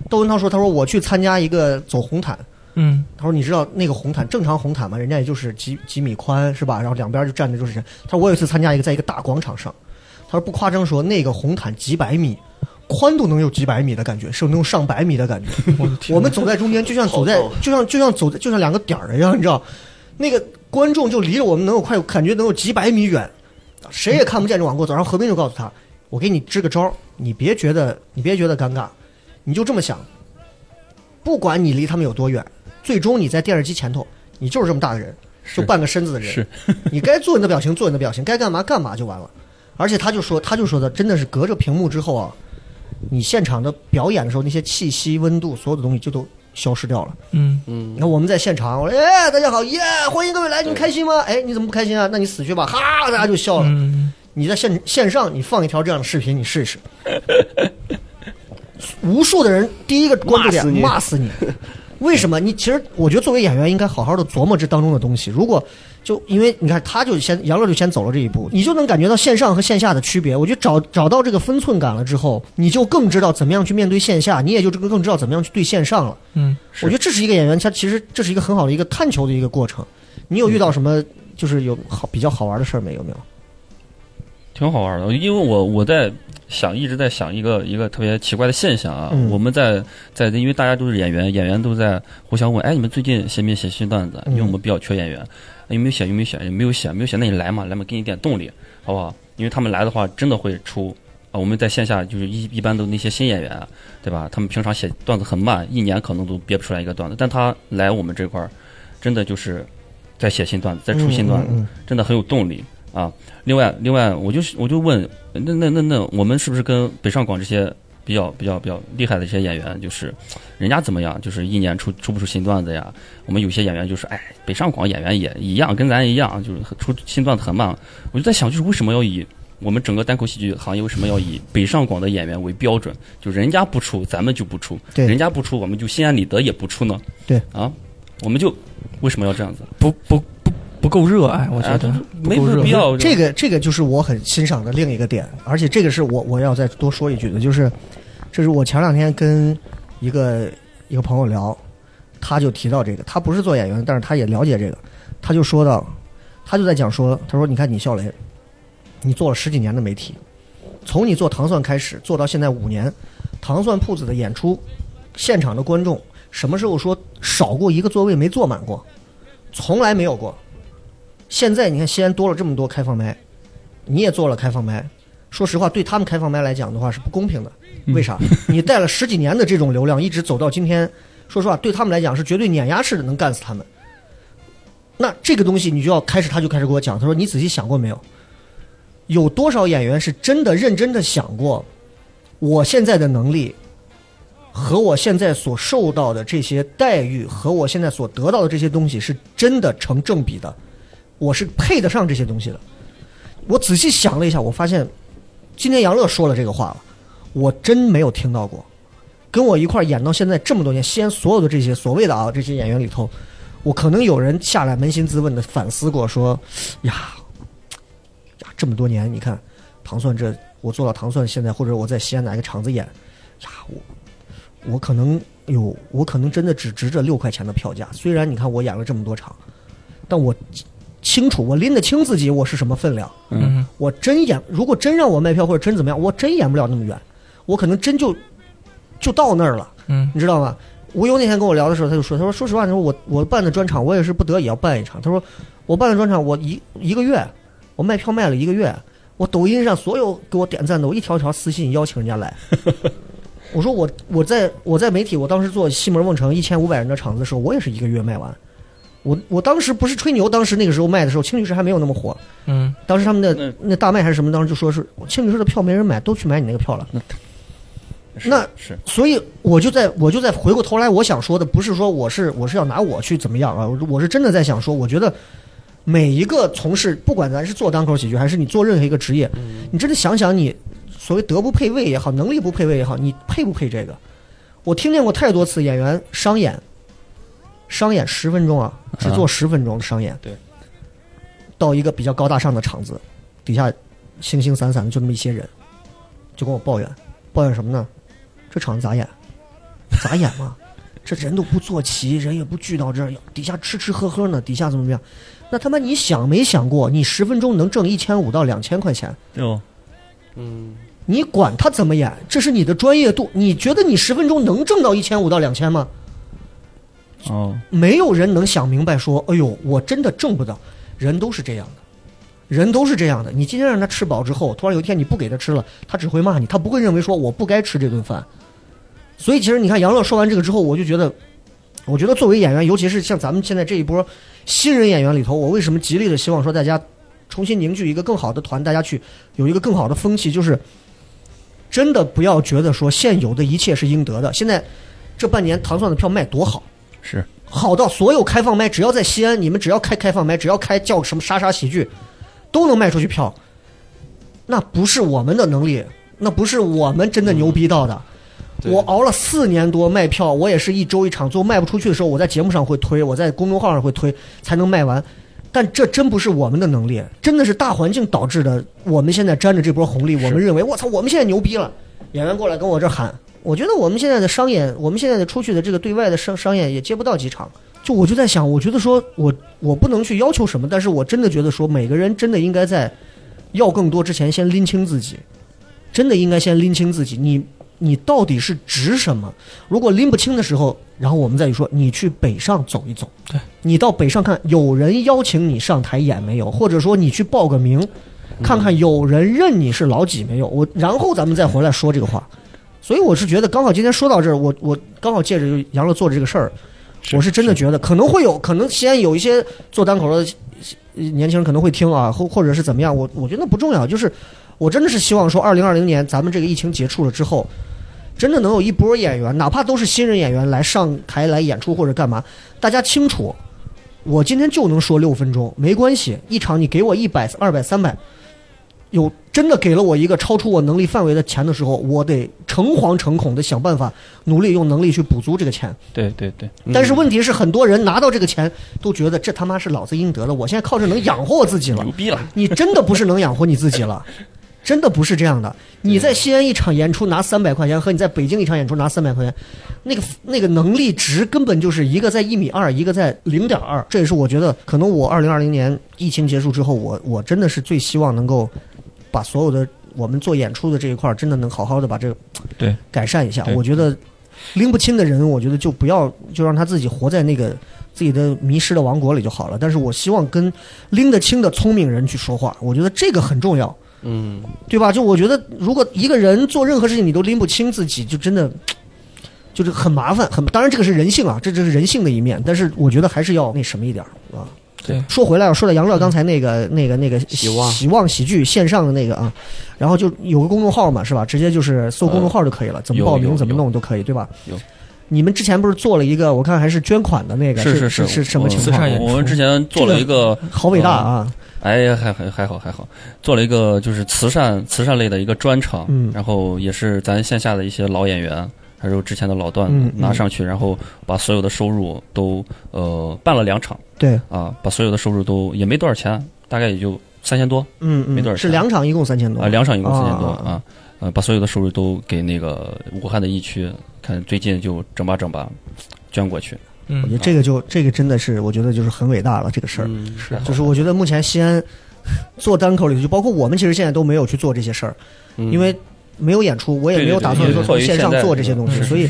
S1: 窦文涛说，他说我去参加一个走红毯，
S7: 嗯，
S1: 他说你知道那个红毯正常红毯嘛，人家也就是几几米宽是吧？然后两边就站着就是人。他说我有一次参加一个在一个大广场上，他说不夸张说那个红毯几百米。宽度能有几百米的感觉，是那种上百米的感觉。
S7: 我的天，
S1: 我们走在中间，就像走在
S4: 好，
S1: 就像就像走在，就像两个点儿一样，你知道，那个观众就离着我们能有快，感觉能有几百米远，谁也看不见就往过走。然后何冰就告诉他：“我给你支个招儿，你别觉得你别觉得尴尬，你就这么想，不管你离他们有多远，最终你在电视机前头，你就是这么大的人，
S6: 是
S1: 就半个身子的人，
S6: 是
S1: 你该做你的表情做你的表情，该干嘛干嘛就完了。”而且他就说，他就说的真的是隔着屏幕之后啊，你现场的表演的时候，那些气息、温度，所有的东西就都消失掉了。
S7: 嗯，
S1: 你看我们在现场，我说哎，大家好，耶，欢迎各位来，你们开心吗？哎，你怎么不开心啊？那你死去吧，哈，大家就笑了。
S7: 嗯，
S1: 你在线线上，你放一条这样的视频，你试 试，无数的人第一个关注点骂死你。为什么？你其实我觉得作为演员应该好好的琢磨这当中的东西。如果就因为你看，他就先杨乐就先走了这一步，你就能感觉到线上和线下的区别。我觉得找找到这个分寸感了之后，你就更知道怎么样去面对线下，你也就更更知道怎么样去对线上了。
S7: 嗯，
S1: 我觉得这是一个演员，他其实这是一个很好的一个探求的一个过程。你有遇
S6: 嗯
S1: 到什么就是有好比较好玩的事儿没有？没有？
S6: 挺好玩的，因为我我在想，一直在想一个一个特别奇怪的现象啊。
S1: 嗯
S6: 我们在在因为大家都是演员，演员都在互相问，哎，你们最近写没写新段子？
S1: 嗯
S6: 因为我们比较缺演员，哎有没有写？有没有写？有没有写？没有写，那你来嘛，来嘛，给你点动力，好不好？因为他们来的话，真的会出啊。我们在线下就是一一般都那些新演员啊，对吧？他们平常写段子很慢，一年可能都憋不出来一个段子，但他来我们这块儿，真的就是在写新段子，在出新段子。
S1: 嗯嗯嗯
S6: 真的很有动力啊。另外，另外，我就是我就问，那那那那，我们是不是跟北上广这些比较比较比较厉害的这些演员，就是人家怎么样，就是一年出出不出新段子呀？我们有些演员就是，哎，北上广演员也一样，跟咱一样，就是出新段子很慢。我就在想，就是为什么要以我们整个单口喜剧行业为什么要以北上广的演员为标准？就人家不出，咱们就不出；
S1: 对
S6: 人家不出，我们就心安理得也不出呢？
S1: 对
S6: 啊，我们就为什么要这样子？
S7: 不不不不够热爱，哎我觉
S6: 啊
S7: 得、不
S6: 没
S7: 够
S6: 有
S7: 热
S6: 必要。
S1: 这个这个就是我很欣赏的另一个点，而且这个是我我要再多说一句的，就是这是我前两天跟一个一个朋友聊，他就提到这个，他不是做演员，但是他也了解这个，他就说到，他就在讲说，他说你看你笑雷，你做了十几年的媒体，从你做糖蒜开始做到现在五年，糖蒜铺子的演出，现场的观众什么时候说少过一个座位没坐满过，从来没有过。现在你看西安多了这么多开放麦，你也做了开放麦。说实话，对他们开放麦来讲的话是不公平的。为啥？你带了十几年的这种流量，一直走到今天，说实话，对他们来讲是绝对碾压式的，能干死他们。那这个东西，你就要开始，他就开始给我讲，他说：“你仔细想过没有？有多少演员是真的认真的想过，我现在的能力和我现在所受到的这些待遇和我现在所得到的这些东西是真的成正比的？我是配得上这些东西的。我仔细想了一下，我发现今天杨乐说了这个话了，我真没有听到过。跟我一块儿演到现在这么多年，西安所有的这些所谓的啊这些演员里头，我可能有人下来扪心自问的反思过，说呀呀这么多年，你看糖蒜这我做到糖蒜现在，或者我在西安哪个厂子演，呀我我可能有我可能真的只值这六块钱的票价。虽然你看我演了这么多场，但我清楚，我拎得清自己我是什么分量。
S7: 嗯，
S1: 我真演，如果真让我卖票或者真怎么样，我真演不了那么远，我可能真就就到那儿了，
S7: 嗯，
S1: 你知道吗？吴优那天跟我聊的时候，他就说，他说说实话，他说我我办的专场，我也是不得已要办一场。他说我办的专场，我一一个月，我卖票卖了一个月，我抖音上所有给我点赞的，我一条条私信邀请人家来。 我说我我在我在媒体，我当时做西门瓮城一千五百人的场子的时候，我也是一个月卖完。我我当时不是吹牛，当时那个时候卖的时候，青旅社还没有那么火，
S7: 嗯，
S1: 当时他们的
S6: 嗯
S1: 那大麦还是什么，当时就说是青旅社的票没人买，都去买你那个票了。
S6: 是
S1: 那
S6: 是
S1: 所以我就在我就在回过头来，我想说的不是说我是我是要拿我去怎么样啊，我是我是真的在想说，我觉得每一个从事，不管咱是做单口喜剧，还是你做任何一个职业，
S6: 嗯
S1: 你真的想想你所谓德不配位也好，能力不配位也好，你配不配这个？我听见过太多次演员商演，商演十分钟啊，只做十分钟的商演，
S6: 嗯对，
S1: 到一个比较高大上的场子，底下星星散散的就那么一些人，就跟我抱怨，抱怨什么呢？这场子咋演？ 咋演嘛？这人都不坐齐，人也不聚到这儿，底下吃吃喝喝呢，底下怎么怎么样？那他妈你想没想过，你十分钟能挣一千五到两千块钱？
S6: 哦，
S1: 你管他怎么演，这是你的专业度。你觉得你十分钟能挣到一千五到两千吗？
S6: 哦，
S1: 没有人能想明白说，哎呦，我真的挣不到。人都是这样的，人都是这样的。你今天让他吃饱之后，突然有一天你不给他吃了，他只会骂你，他不会认为说我不该吃这顿饭。所以其实你看杨乐说完这个之后，我就觉得，我觉得作为演员，尤其是像咱们现在这一波新人演员里头，我为什么极力的希望说大家重新凝聚一个更好的团，大家去有一个更好的风气，就是真的不要觉得说现有的一切是应得的。现在这半年糖蒜的票卖多好。
S6: 是
S1: 好到所有开放麦，只要在西安，你们只要开开放麦，只要开叫什么莎莎喜剧，都能卖出去票。那不是我们的能力，那不是我们真的牛逼到的。
S4: 对
S1: 我熬了四年多卖票，我也是一周一场，最后卖不出去的时候，我在节目上会推，我在公众号上会推，才能卖完。但这真不是我们的能力，真的是大环境导致的。我们现在沾着这波红利，我们认为我操，我们现在牛逼了。演员过来跟我这喊，我觉得我们现在的商演，我们现在的出去的这个对外的商商演也接不到几场。就我就在想，我觉得说我我不能去要求什么，但是我真的觉得说每个人真的应该在要更多之前先拎清自己，真的应该先拎清自己，你你到底是值什么？如果拎不清的时候，然后我们再去说，你去北上走一走，对你到北上看有人邀请你上台演没有，或者说你去报个名，看看有人认你是老几没有，我然后咱们再回来说这个话。所以我是觉得，刚好今天说到这儿，我我刚好借着就杨乐做的这个事儿，我是真的觉得可能会有，可能西安有一些做单口的呃年轻人可能会听啊，或或者是怎么样，我我觉得不重要，就是我真的是希望说，二零二零年咱们这个疫情结束了之后，真的能有一波演员，哪怕都是新人演员来上台来演出或者干嘛，大家清楚，我今天就能说六分钟，没关系，一场你给我一百、二百、三百，有真的给了我一个超出我能力范围的钱的时候，我得诚惶诚恐的想办法，努力用能力去补足这个钱。
S6: 对对对，
S1: 但是问题是，很多人拿到这个钱都觉得这他妈是老子应得了，我现在靠这能养活我自己了
S6: 牛。逼了，
S1: 你真的不是能养活你自己了， 真的不是这样的。你在西安一场演出拿三百块钱，和你在北京一场演出拿三百块钱，那个那个能力值根本就是一个在一米二，一个在零点二。这也是我觉得，可能我二零二零年疫情结束之后，我我真的是最希望能够把所有的我们做演出的这一块儿，真的能好好的把这个
S6: 对
S1: 改善一下。
S6: 对
S1: 我觉得拎不清的人，我觉得就不要就让他自己活在那个自己的迷失的王国里就好了。但是我希望跟拎得清的聪明人去说话，我觉得这个很重要，
S4: 嗯，
S1: 对吧？就我觉得，如果一个人做任何事情你都拎不清自己，就真的就是很麻烦。很当然，这个是人性啊，这这是人性的一面。但是我觉得还是要那什么一点儿啊。
S7: 对，
S1: 说回来，我说到杨乐刚才那个、那个、那个
S4: 希望
S1: 希望喜剧线上的那个啊，然后就有个公众号嘛，是吧？直接就是搜公众号就可以了，怎么
S6: 有
S1: 报名
S6: 呃有
S1: 怎么
S6: 有
S1: 弄都可以，对吧？
S6: 有。
S1: 你们之前不是做了一个，我看还是捐款的那个，
S6: 是
S1: 是
S6: 是
S1: 是什么情
S7: 慈
S1: 况
S7: 善？演出
S6: 我们之前做了一个，
S1: 好伟大啊！
S6: 哎呀，还还还好还好，做了一个就是慈善慈善类的一个专场，
S1: 嗯
S6: 然后也是咱线下的一些老演员，还有之前的老段
S1: 嗯
S6: 子
S1: 嗯
S6: 拿上去，然后把所有的收入都呃办了两场
S1: 对，
S6: 啊，把所有的收入都也没多少钱，大概也就三千多
S1: 嗯，嗯
S6: 没多少
S1: 是
S6: 钱
S1: 两场一共三千多
S6: 啊，两场一共四千多
S1: 啊啊
S6: 啊，呃，把所有的收入都给那个武汉的疫区，看最近就整吧整吧捐过去，
S1: 我觉
S7: 嗯
S1: 得这个就这个真的是，我觉得就是很伟大了这个事儿。
S4: 嗯
S6: 是
S1: 就是我觉得目前西安做单口里头，就包括我们其实现在都没有去做这些事儿，
S6: 嗯
S4: 嗯
S1: 因为没有演出，我也没有打算说从线上做这些东西，所以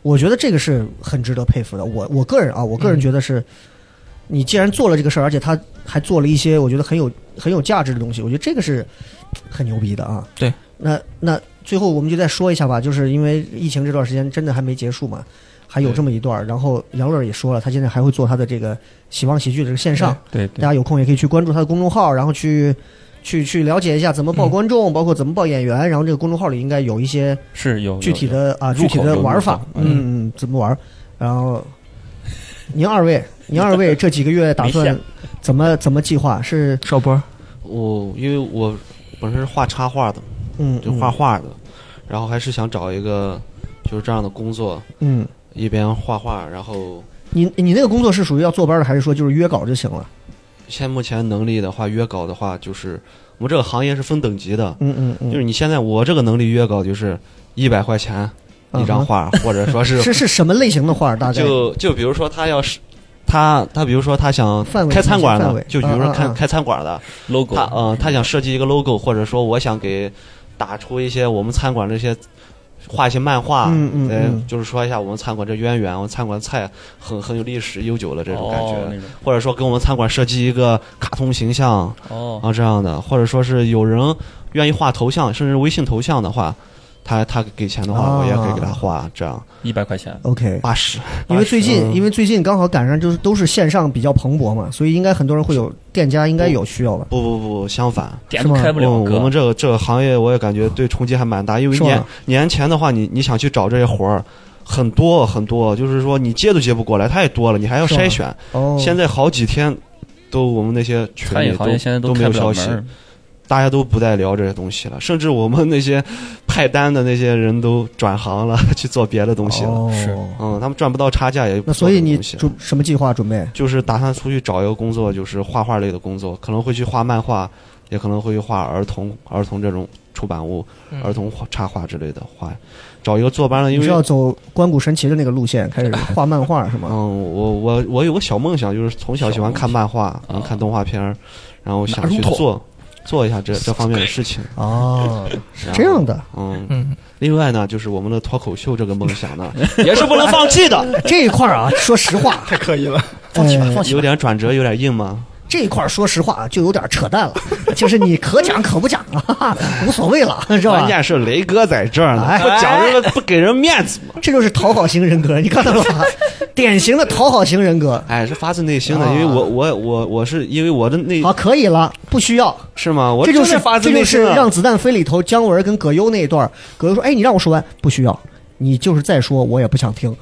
S1: 我觉得这个是很值得佩服的。我我个人啊，我个人觉得是，你既然做了这个事儿，而且他还做了一些我觉得很有很有价值的东西，我觉得这个是很牛逼的啊。
S7: 对，
S1: 那那最后我们就再说一下吧，就是因为疫情这段时间真的还没结束嘛。还有这么一段儿，然后杨乐也说了，他现在还会做他的这个喜望喜剧这个线上，
S6: 对
S1: 大家有空也可以去关注他的公众号，然后去去去了解一下怎么报观众，包括怎么报演员。然后这个公众号里应该有一些
S6: 是有
S1: 具体
S6: 有
S1: 的啊
S6: 入
S1: 具
S6: 口
S1: 体的
S6: 有
S1: 玩
S6: 入
S1: 法
S6: 口，
S1: 嗯嗯，怎么玩儿。然后您二位，您二位这几个月打
S6: 没
S1: 算
S6: 线
S1: 怎么怎么计划？是
S7: 邵波，
S4: 我因为我本身是画插画的，
S1: 嗯
S4: 就画画的，然后还是想找一个就是这样的工作，
S1: 嗯，嗯
S4: 一边画画，然后
S1: 你你那个工作是属于要坐班的，还是说就是约稿就行了？
S4: 现目前能力的话，约稿的话，就是我们这个行业是分等级的，
S1: 嗯嗯嗯，
S4: 就是你现在我这个能力约稿就是一百块钱一张画， 或者说嗯是
S1: 是是什么类型的画儿？大概
S4: 就就比如说他要是。他他比如说他想
S1: 范围
S4: 开餐馆
S1: 范
S4: 的
S1: 围，
S4: 就比如说
S1: 嗯嗯
S4: 开
S1: 嗯
S4: 开餐馆的，
S6: logo
S4: 他嗯，他想设计一个 logo，或者说我想给打出一些我们餐馆这些画一些漫画，
S1: 嗯嗯
S4: 呃
S1: 嗯
S4: 就是说一下我们餐馆这渊源，我们餐馆菜很很有历史悠久的这种感觉，
S6: 哦那种
S4: 或者说给我们餐馆设计一个卡通形象
S6: 哦，
S4: 啊这样的，或者说是有人愿意画头像，甚至微信头像的话。他他给钱的话，
S1: 啊
S4: 我也可以给他画，这样
S6: 一百块钱
S1: OK。
S4: 八十。
S1: 因为最近，
S4: 嗯
S1: 因为最近刚好赶上就是都是线上比较蓬勃嘛，所以应该很多人会有店家应该有需要吧？
S4: 不不不，相反，
S6: 点
S1: 是
S6: 都
S1: 吗
S6: 开不了
S4: 嗯
S6: 哥，
S4: 我们这个这个行业，我也感觉对冲击还蛮大，因为
S1: 是吗
S4: 年年前的话，你你想去找这些活儿，很多很多，就是说你接都接不过来，太多了，你还要
S1: 是吗
S4: 筛选。
S1: 哦，
S4: 现在好几天，都我们那些群
S6: 餐饮
S4: 里都
S6: 行业现在
S4: 都没
S6: 开
S4: 有
S6: 不了
S4: 消息
S6: 门，儿，
S4: 大家都不再聊这些东西了，甚至我们那些 派单的那些人都转行了，去做别的东西了。
S1: 哦
S6: 是
S4: 嗯，他们赚不到差价，也不
S1: 那所
S4: 做
S1: 以
S4: 这个
S1: 你
S4: 东西
S1: 准什么计划准备？
S4: 就是打算出去找一个工作，就是画画类的工作，可能会去画漫画，也可能会去画儿童儿童这种出版物、
S7: 嗯
S4: 儿童画插画之类的画，找一个坐班的，
S1: 你
S4: 因
S1: 是
S4: 为
S1: 要走关谷神奇的那个路线，开 始画漫画是吗？
S4: 嗯，我我我有个小梦想，就是从小喜欢看漫画，
S6: 小
S4: 然
S6: 梦想
S4: 后看动画片儿，然后想
S5: 哪
S4: 去
S5: 入口
S4: 做做一下这这方面的事情。
S1: 哦，
S4: 然后
S1: 这样的，
S4: 嗯，
S7: 嗯，
S4: 另外呢，就是我们的脱口秀这个梦想呢，也是不能放弃的。
S1: 这一块儿啊，说实话，
S5: 太刻意了。
S1: 放弃吧，
S5: 放
S4: 有点转折，有点硬吗？
S1: 这一块儿说实话 就有点扯淡了，就是你可讲可不讲了，哈哈 无所谓 了，是吧
S4: 关？键是雷哥在这儿呢，
S1: 哎
S4: 不讲这个不给人面子嘛。
S1: 这就是讨好型人格，你看到了吧？典型的讨好型人格。
S4: 哎，是发自内心的，
S1: 啊
S4: 因为我我我我是因为我的内
S1: 好，可以了，不需要。
S4: 是吗？我
S1: 这就
S4: 真
S1: 是
S4: 的发自
S1: 这
S4: 内
S1: 就
S4: 心
S1: 是
S4: 的。
S1: 让子弹飞里头姜文跟葛优那一段儿，葛优说：“哎，你让我说完，不需要。”你就是再说，我也不想听。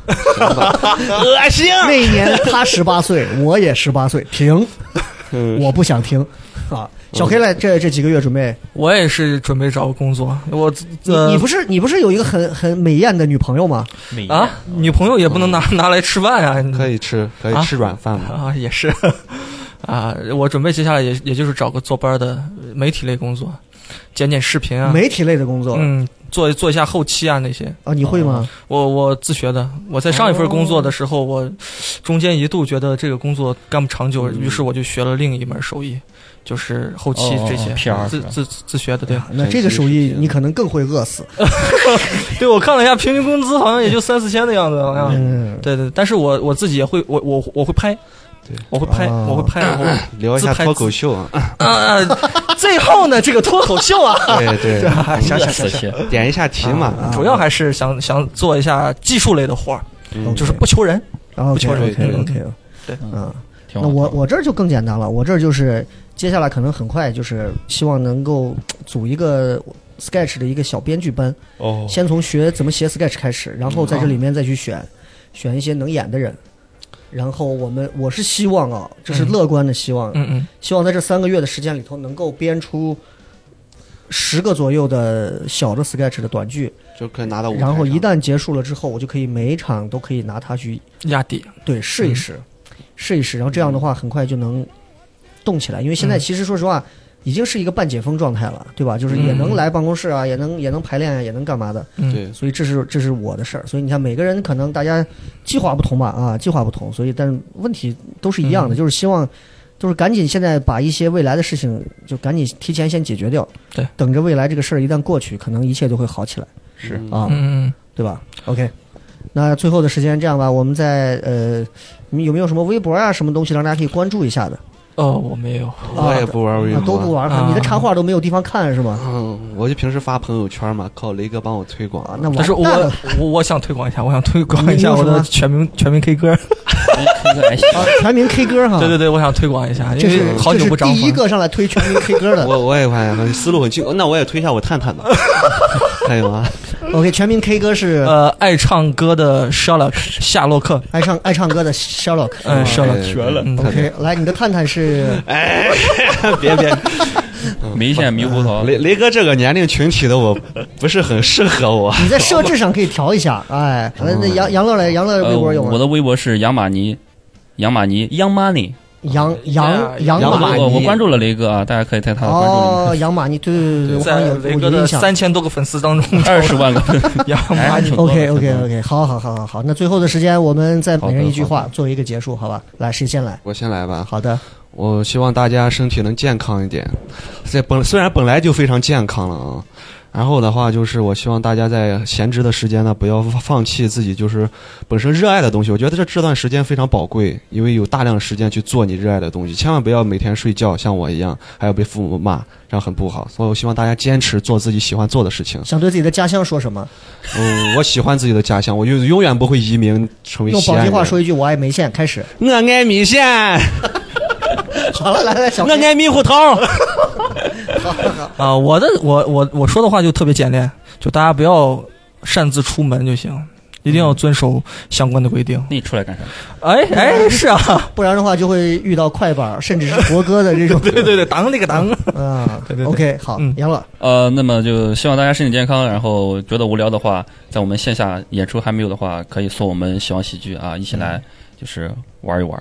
S4: 恶心。
S1: 那一年他十八岁，我也十八岁，停，
S4: 嗯
S1: 我不想听。啊，小黑来这这几个月准备，
S7: 我也是准备找个工作，我
S1: 你
S7: 呃
S1: 你不是你不是有一个很很美艳的女朋友吗？
S5: 美颜
S7: 啊，女朋友也不能拿拿来吃饭啊，
S4: 可以吃，可以
S7: 啊
S4: 吃软 饭吗？
S7: 啊， 也是啊，我准备接下来也也就是找个坐班的媒体类工作，剪剪视频啊，
S1: 媒体类的工作
S7: 嗯，做做一下后期啊那些。
S1: 啊，你会吗？
S7: 我我自学的，我在上一份工作
S5: 哦
S7: 的时候，我中间一度觉得这个工作干不长
S5: 嗯
S7: 久，于是我就学了另一门手艺，就是后期这
S5: 哦哦
S7: 些
S5: 哦 PR
S7: 自
S5: 是吧嗯
S7: 自自自学的，对。
S1: 那这个手艺你可能更会饿死。
S7: 对，我看了一下平均工资，好像也就三四千的样子，好像。
S1: 嗯，
S7: 对对，但是我我自己也会，我我我会拍
S4: 对，
S7: 我会拍，
S1: 哦
S7: 我会拍，我会
S4: 聊一下
S7: 自拍
S4: 脱口秀啊，
S7: 啊，最后呢，这个脱口秀啊，
S4: 对 对，
S5: 想想
S6: 死去，
S4: 点一下题
S1: 啊
S4: 嘛，
S7: 主要还是想想做一下技术类的活儿，
S4: 嗯
S7: 就是不求人。
S1: OK
S7: 求人
S1: OK OK，
S7: 对
S1: 嗯，那
S6: 挺好。
S1: 我我这儿就更简单了，我这儿就是接下来可能很快就是希望能够组一个 Sketch 的一个小编剧班，
S4: 哦
S1: 先从学怎么写 Sketch 开始，然后在这里面再去
S7: 哦
S1: 选选一些能演的人。然后我们，我是希望啊，这是
S7: 嗯
S1: 乐观的希望，啊
S7: 嗯嗯，
S1: 希望在这三个月的时间里头，能够编出十个左右的小的 sketch 的短剧，
S4: 就可以拿
S7: 哦
S4: 到舞台上。
S1: 然后一旦结束了之后，我就可以每一场都可以拿它去
S7: 压底，
S1: 对
S7: 嗯
S1: 试一试，试一试，然后这样的话很快就能动起来，因为现在
S7: 嗯
S1: 其实说实话。已经是一个半解封状态了，对吧？就是也能来办公室啊，也能也能排练啊，也能干嘛的。
S7: 嗯，
S4: 对，
S1: 所以这是这是我的事儿。所以你看，每个人可能大家计划不同吧，啊，计划不同，所以但是问题都是一样的，
S7: 嗯
S1: 就是希望，就是赶紧现在把一些未来的事情就赶紧提前先解决掉，
S7: 对，
S1: 等着未来这个事儿一旦过去，可能一切都会好起来
S4: 是
S1: 啊，
S7: 嗯，
S1: 对吧？OK，那最后的时间这样吧，我们在呃，你们有没有什么微博啊，什么东西让大家可以关注一下的？
S7: 哦，我没有，
S4: 我也不玩微
S1: 啊
S4: 博，
S1: 都不。玩，
S7: 啊
S1: 你的插画都没有地方看是吗？
S4: 嗯，我就平时发朋友圈嘛，靠雷哥帮我推广。
S1: 啊，那完
S7: 但是我
S1: 蛋了
S7: 我我想推广一下，我想推广一
S1: 你
S7: 下
S1: 有什
S7: 我
S1: 么
S7: 的全民全民 K 歌，
S6: 推个 S
S1: 啊，全民 K 歌哈，
S7: 对对对，我想推广一下，因
S1: 这是
S7: 为好久不
S1: 这
S7: 涨
S1: 是第一
S7: 粉。
S1: 个上来推全民 K 歌 的，
S4: 我我也发现很思路很清，那我也推一下我探探吧， 可以吗？
S1: OK，全民 K 歌是
S7: 呃，爱唱歌的 Sherlock 夏洛克，
S1: 爱唱爱唱歌的 Sherlock。
S7: 嗯，Sherlock，
S4: 绝了
S7: 嗯
S1: OK，来，你的探探是
S4: 哎， 别别，
S6: 眉县猕猴桃，
S4: 雷雷哥这个年龄群体的我不是很适合我。
S1: 你在设置上可以调一下，哎，那那杨杨乐来，杨乐微博有
S6: 呃，我
S1: 吗？
S6: 的微博是杨马尼，杨马尼，Young Money。
S1: 杨杨
S7: 哎
S1: 杨
S4: 杨
S1: 马
S4: 马
S1: 尼
S4: 尼
S6: 我我关注了雷哥啊，大家可以在他的关注
S1: 哦，杨马尼，对对对对，我好像
S7: 呃在
S1: 有
S7: 雷
S1: 我
S7: 哥
S1: 有
S7: 的
S1: 印象。
S7: 三千多个粉丝当 中
S6: 里，，二十万个，
S7: 杨
S6: 哎
S7: 麻
S6: 挺
S7: 你
S6: 多的
S1: OK OK OK，好好好好好，那最后的时间我们再每人一句
S4: 好的
S1: 话
S4: 好的
S1: 作为一个结束，好吧？来，谁先来？
S4: 我先来吧，
S1: 好的，
S4: 我希望大家身体能健康一点，在本虽然本来就非常健康了啊。然后的话就是，我希望大家在闲置的时间呢，不要放弃自己就是本身热爱的东西。我觉得这这段时间非常宝贵，因为有大量的时间去做你热爱的东西。千万不要每天睡觉，像我一样，还要被父母骂，这样很不好。所以我希望大家坚持做自己喜欢做的事情。
S1: 想对自己的家乡说什么？
S4: 嗯，我喜欢自己的家乡，我永永远不会移民成为
S1: 用
S4: 西
S1: 宝
S4: 安
S1: 鸡
S4: 人。
S1: 话说一句“我爱梅县”，开始。
S4: 我爱米线，
S1: 好了，来来，小
S4: 我爱猕猴桃。
S7: 啊，我的我我我说的话就特别简练，就大家不要擅自出门就行。一定要遵守相关的规定。
S6: 那你出来干啥？
S7: 嗯哎哎，是啊，
S1: 不然的话就会遇到快板，甚至是国歌的这种。
S7: 对对对，当那个当。
S1: 啊，
S7: 对对对
S1: OK，好
S7: 嗯，
S1: 杨乐，
S6: 呃，那么就希望大家身体健康，然后觉得无聊的话，在我们线下演出还没有的话，可以搜我们喜欢喜剧啊，一起来就是玩一玩。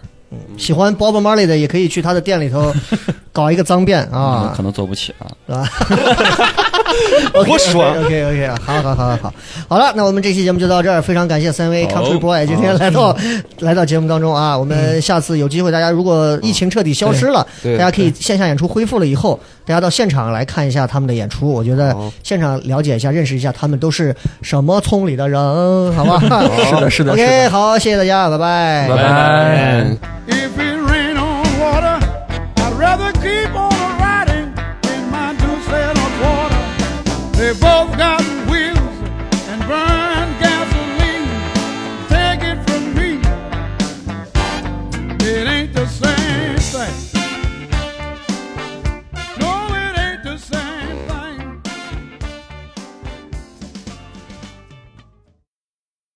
S1: 喜欢 Bob Marley 的也可以去他的店里头搞一个脏辫
S6: 啊，
S1: 啊
S6: 可。能做不起啊。
S4: 我说
S1: OK OK，好好好好好，好了，那我们这期节目就到这儿，非常感谢三位
S6: 好
S1: Country Boy 今天来到 来到节目当中啊，我们下次有机会，大家如果疫情彻底消失了，
S4: 对
S1: 大家可以线下演出恢复了以后，大家到现场来看一下他们的演出，我觉得
S4: 好
S1: 现场了解一下、认识一下他们都是什么村里的人，好吧？是
S7: 的是的是
S1: OK，
S7: 的
S1: 好，谢谢大家，拜拜，
S7: 拜拜。
S3: If it rain on water, I'd rather keep on riding in my two cent of water. They both got wheels and burn gasoline. Take it from me, it ain't the same thing.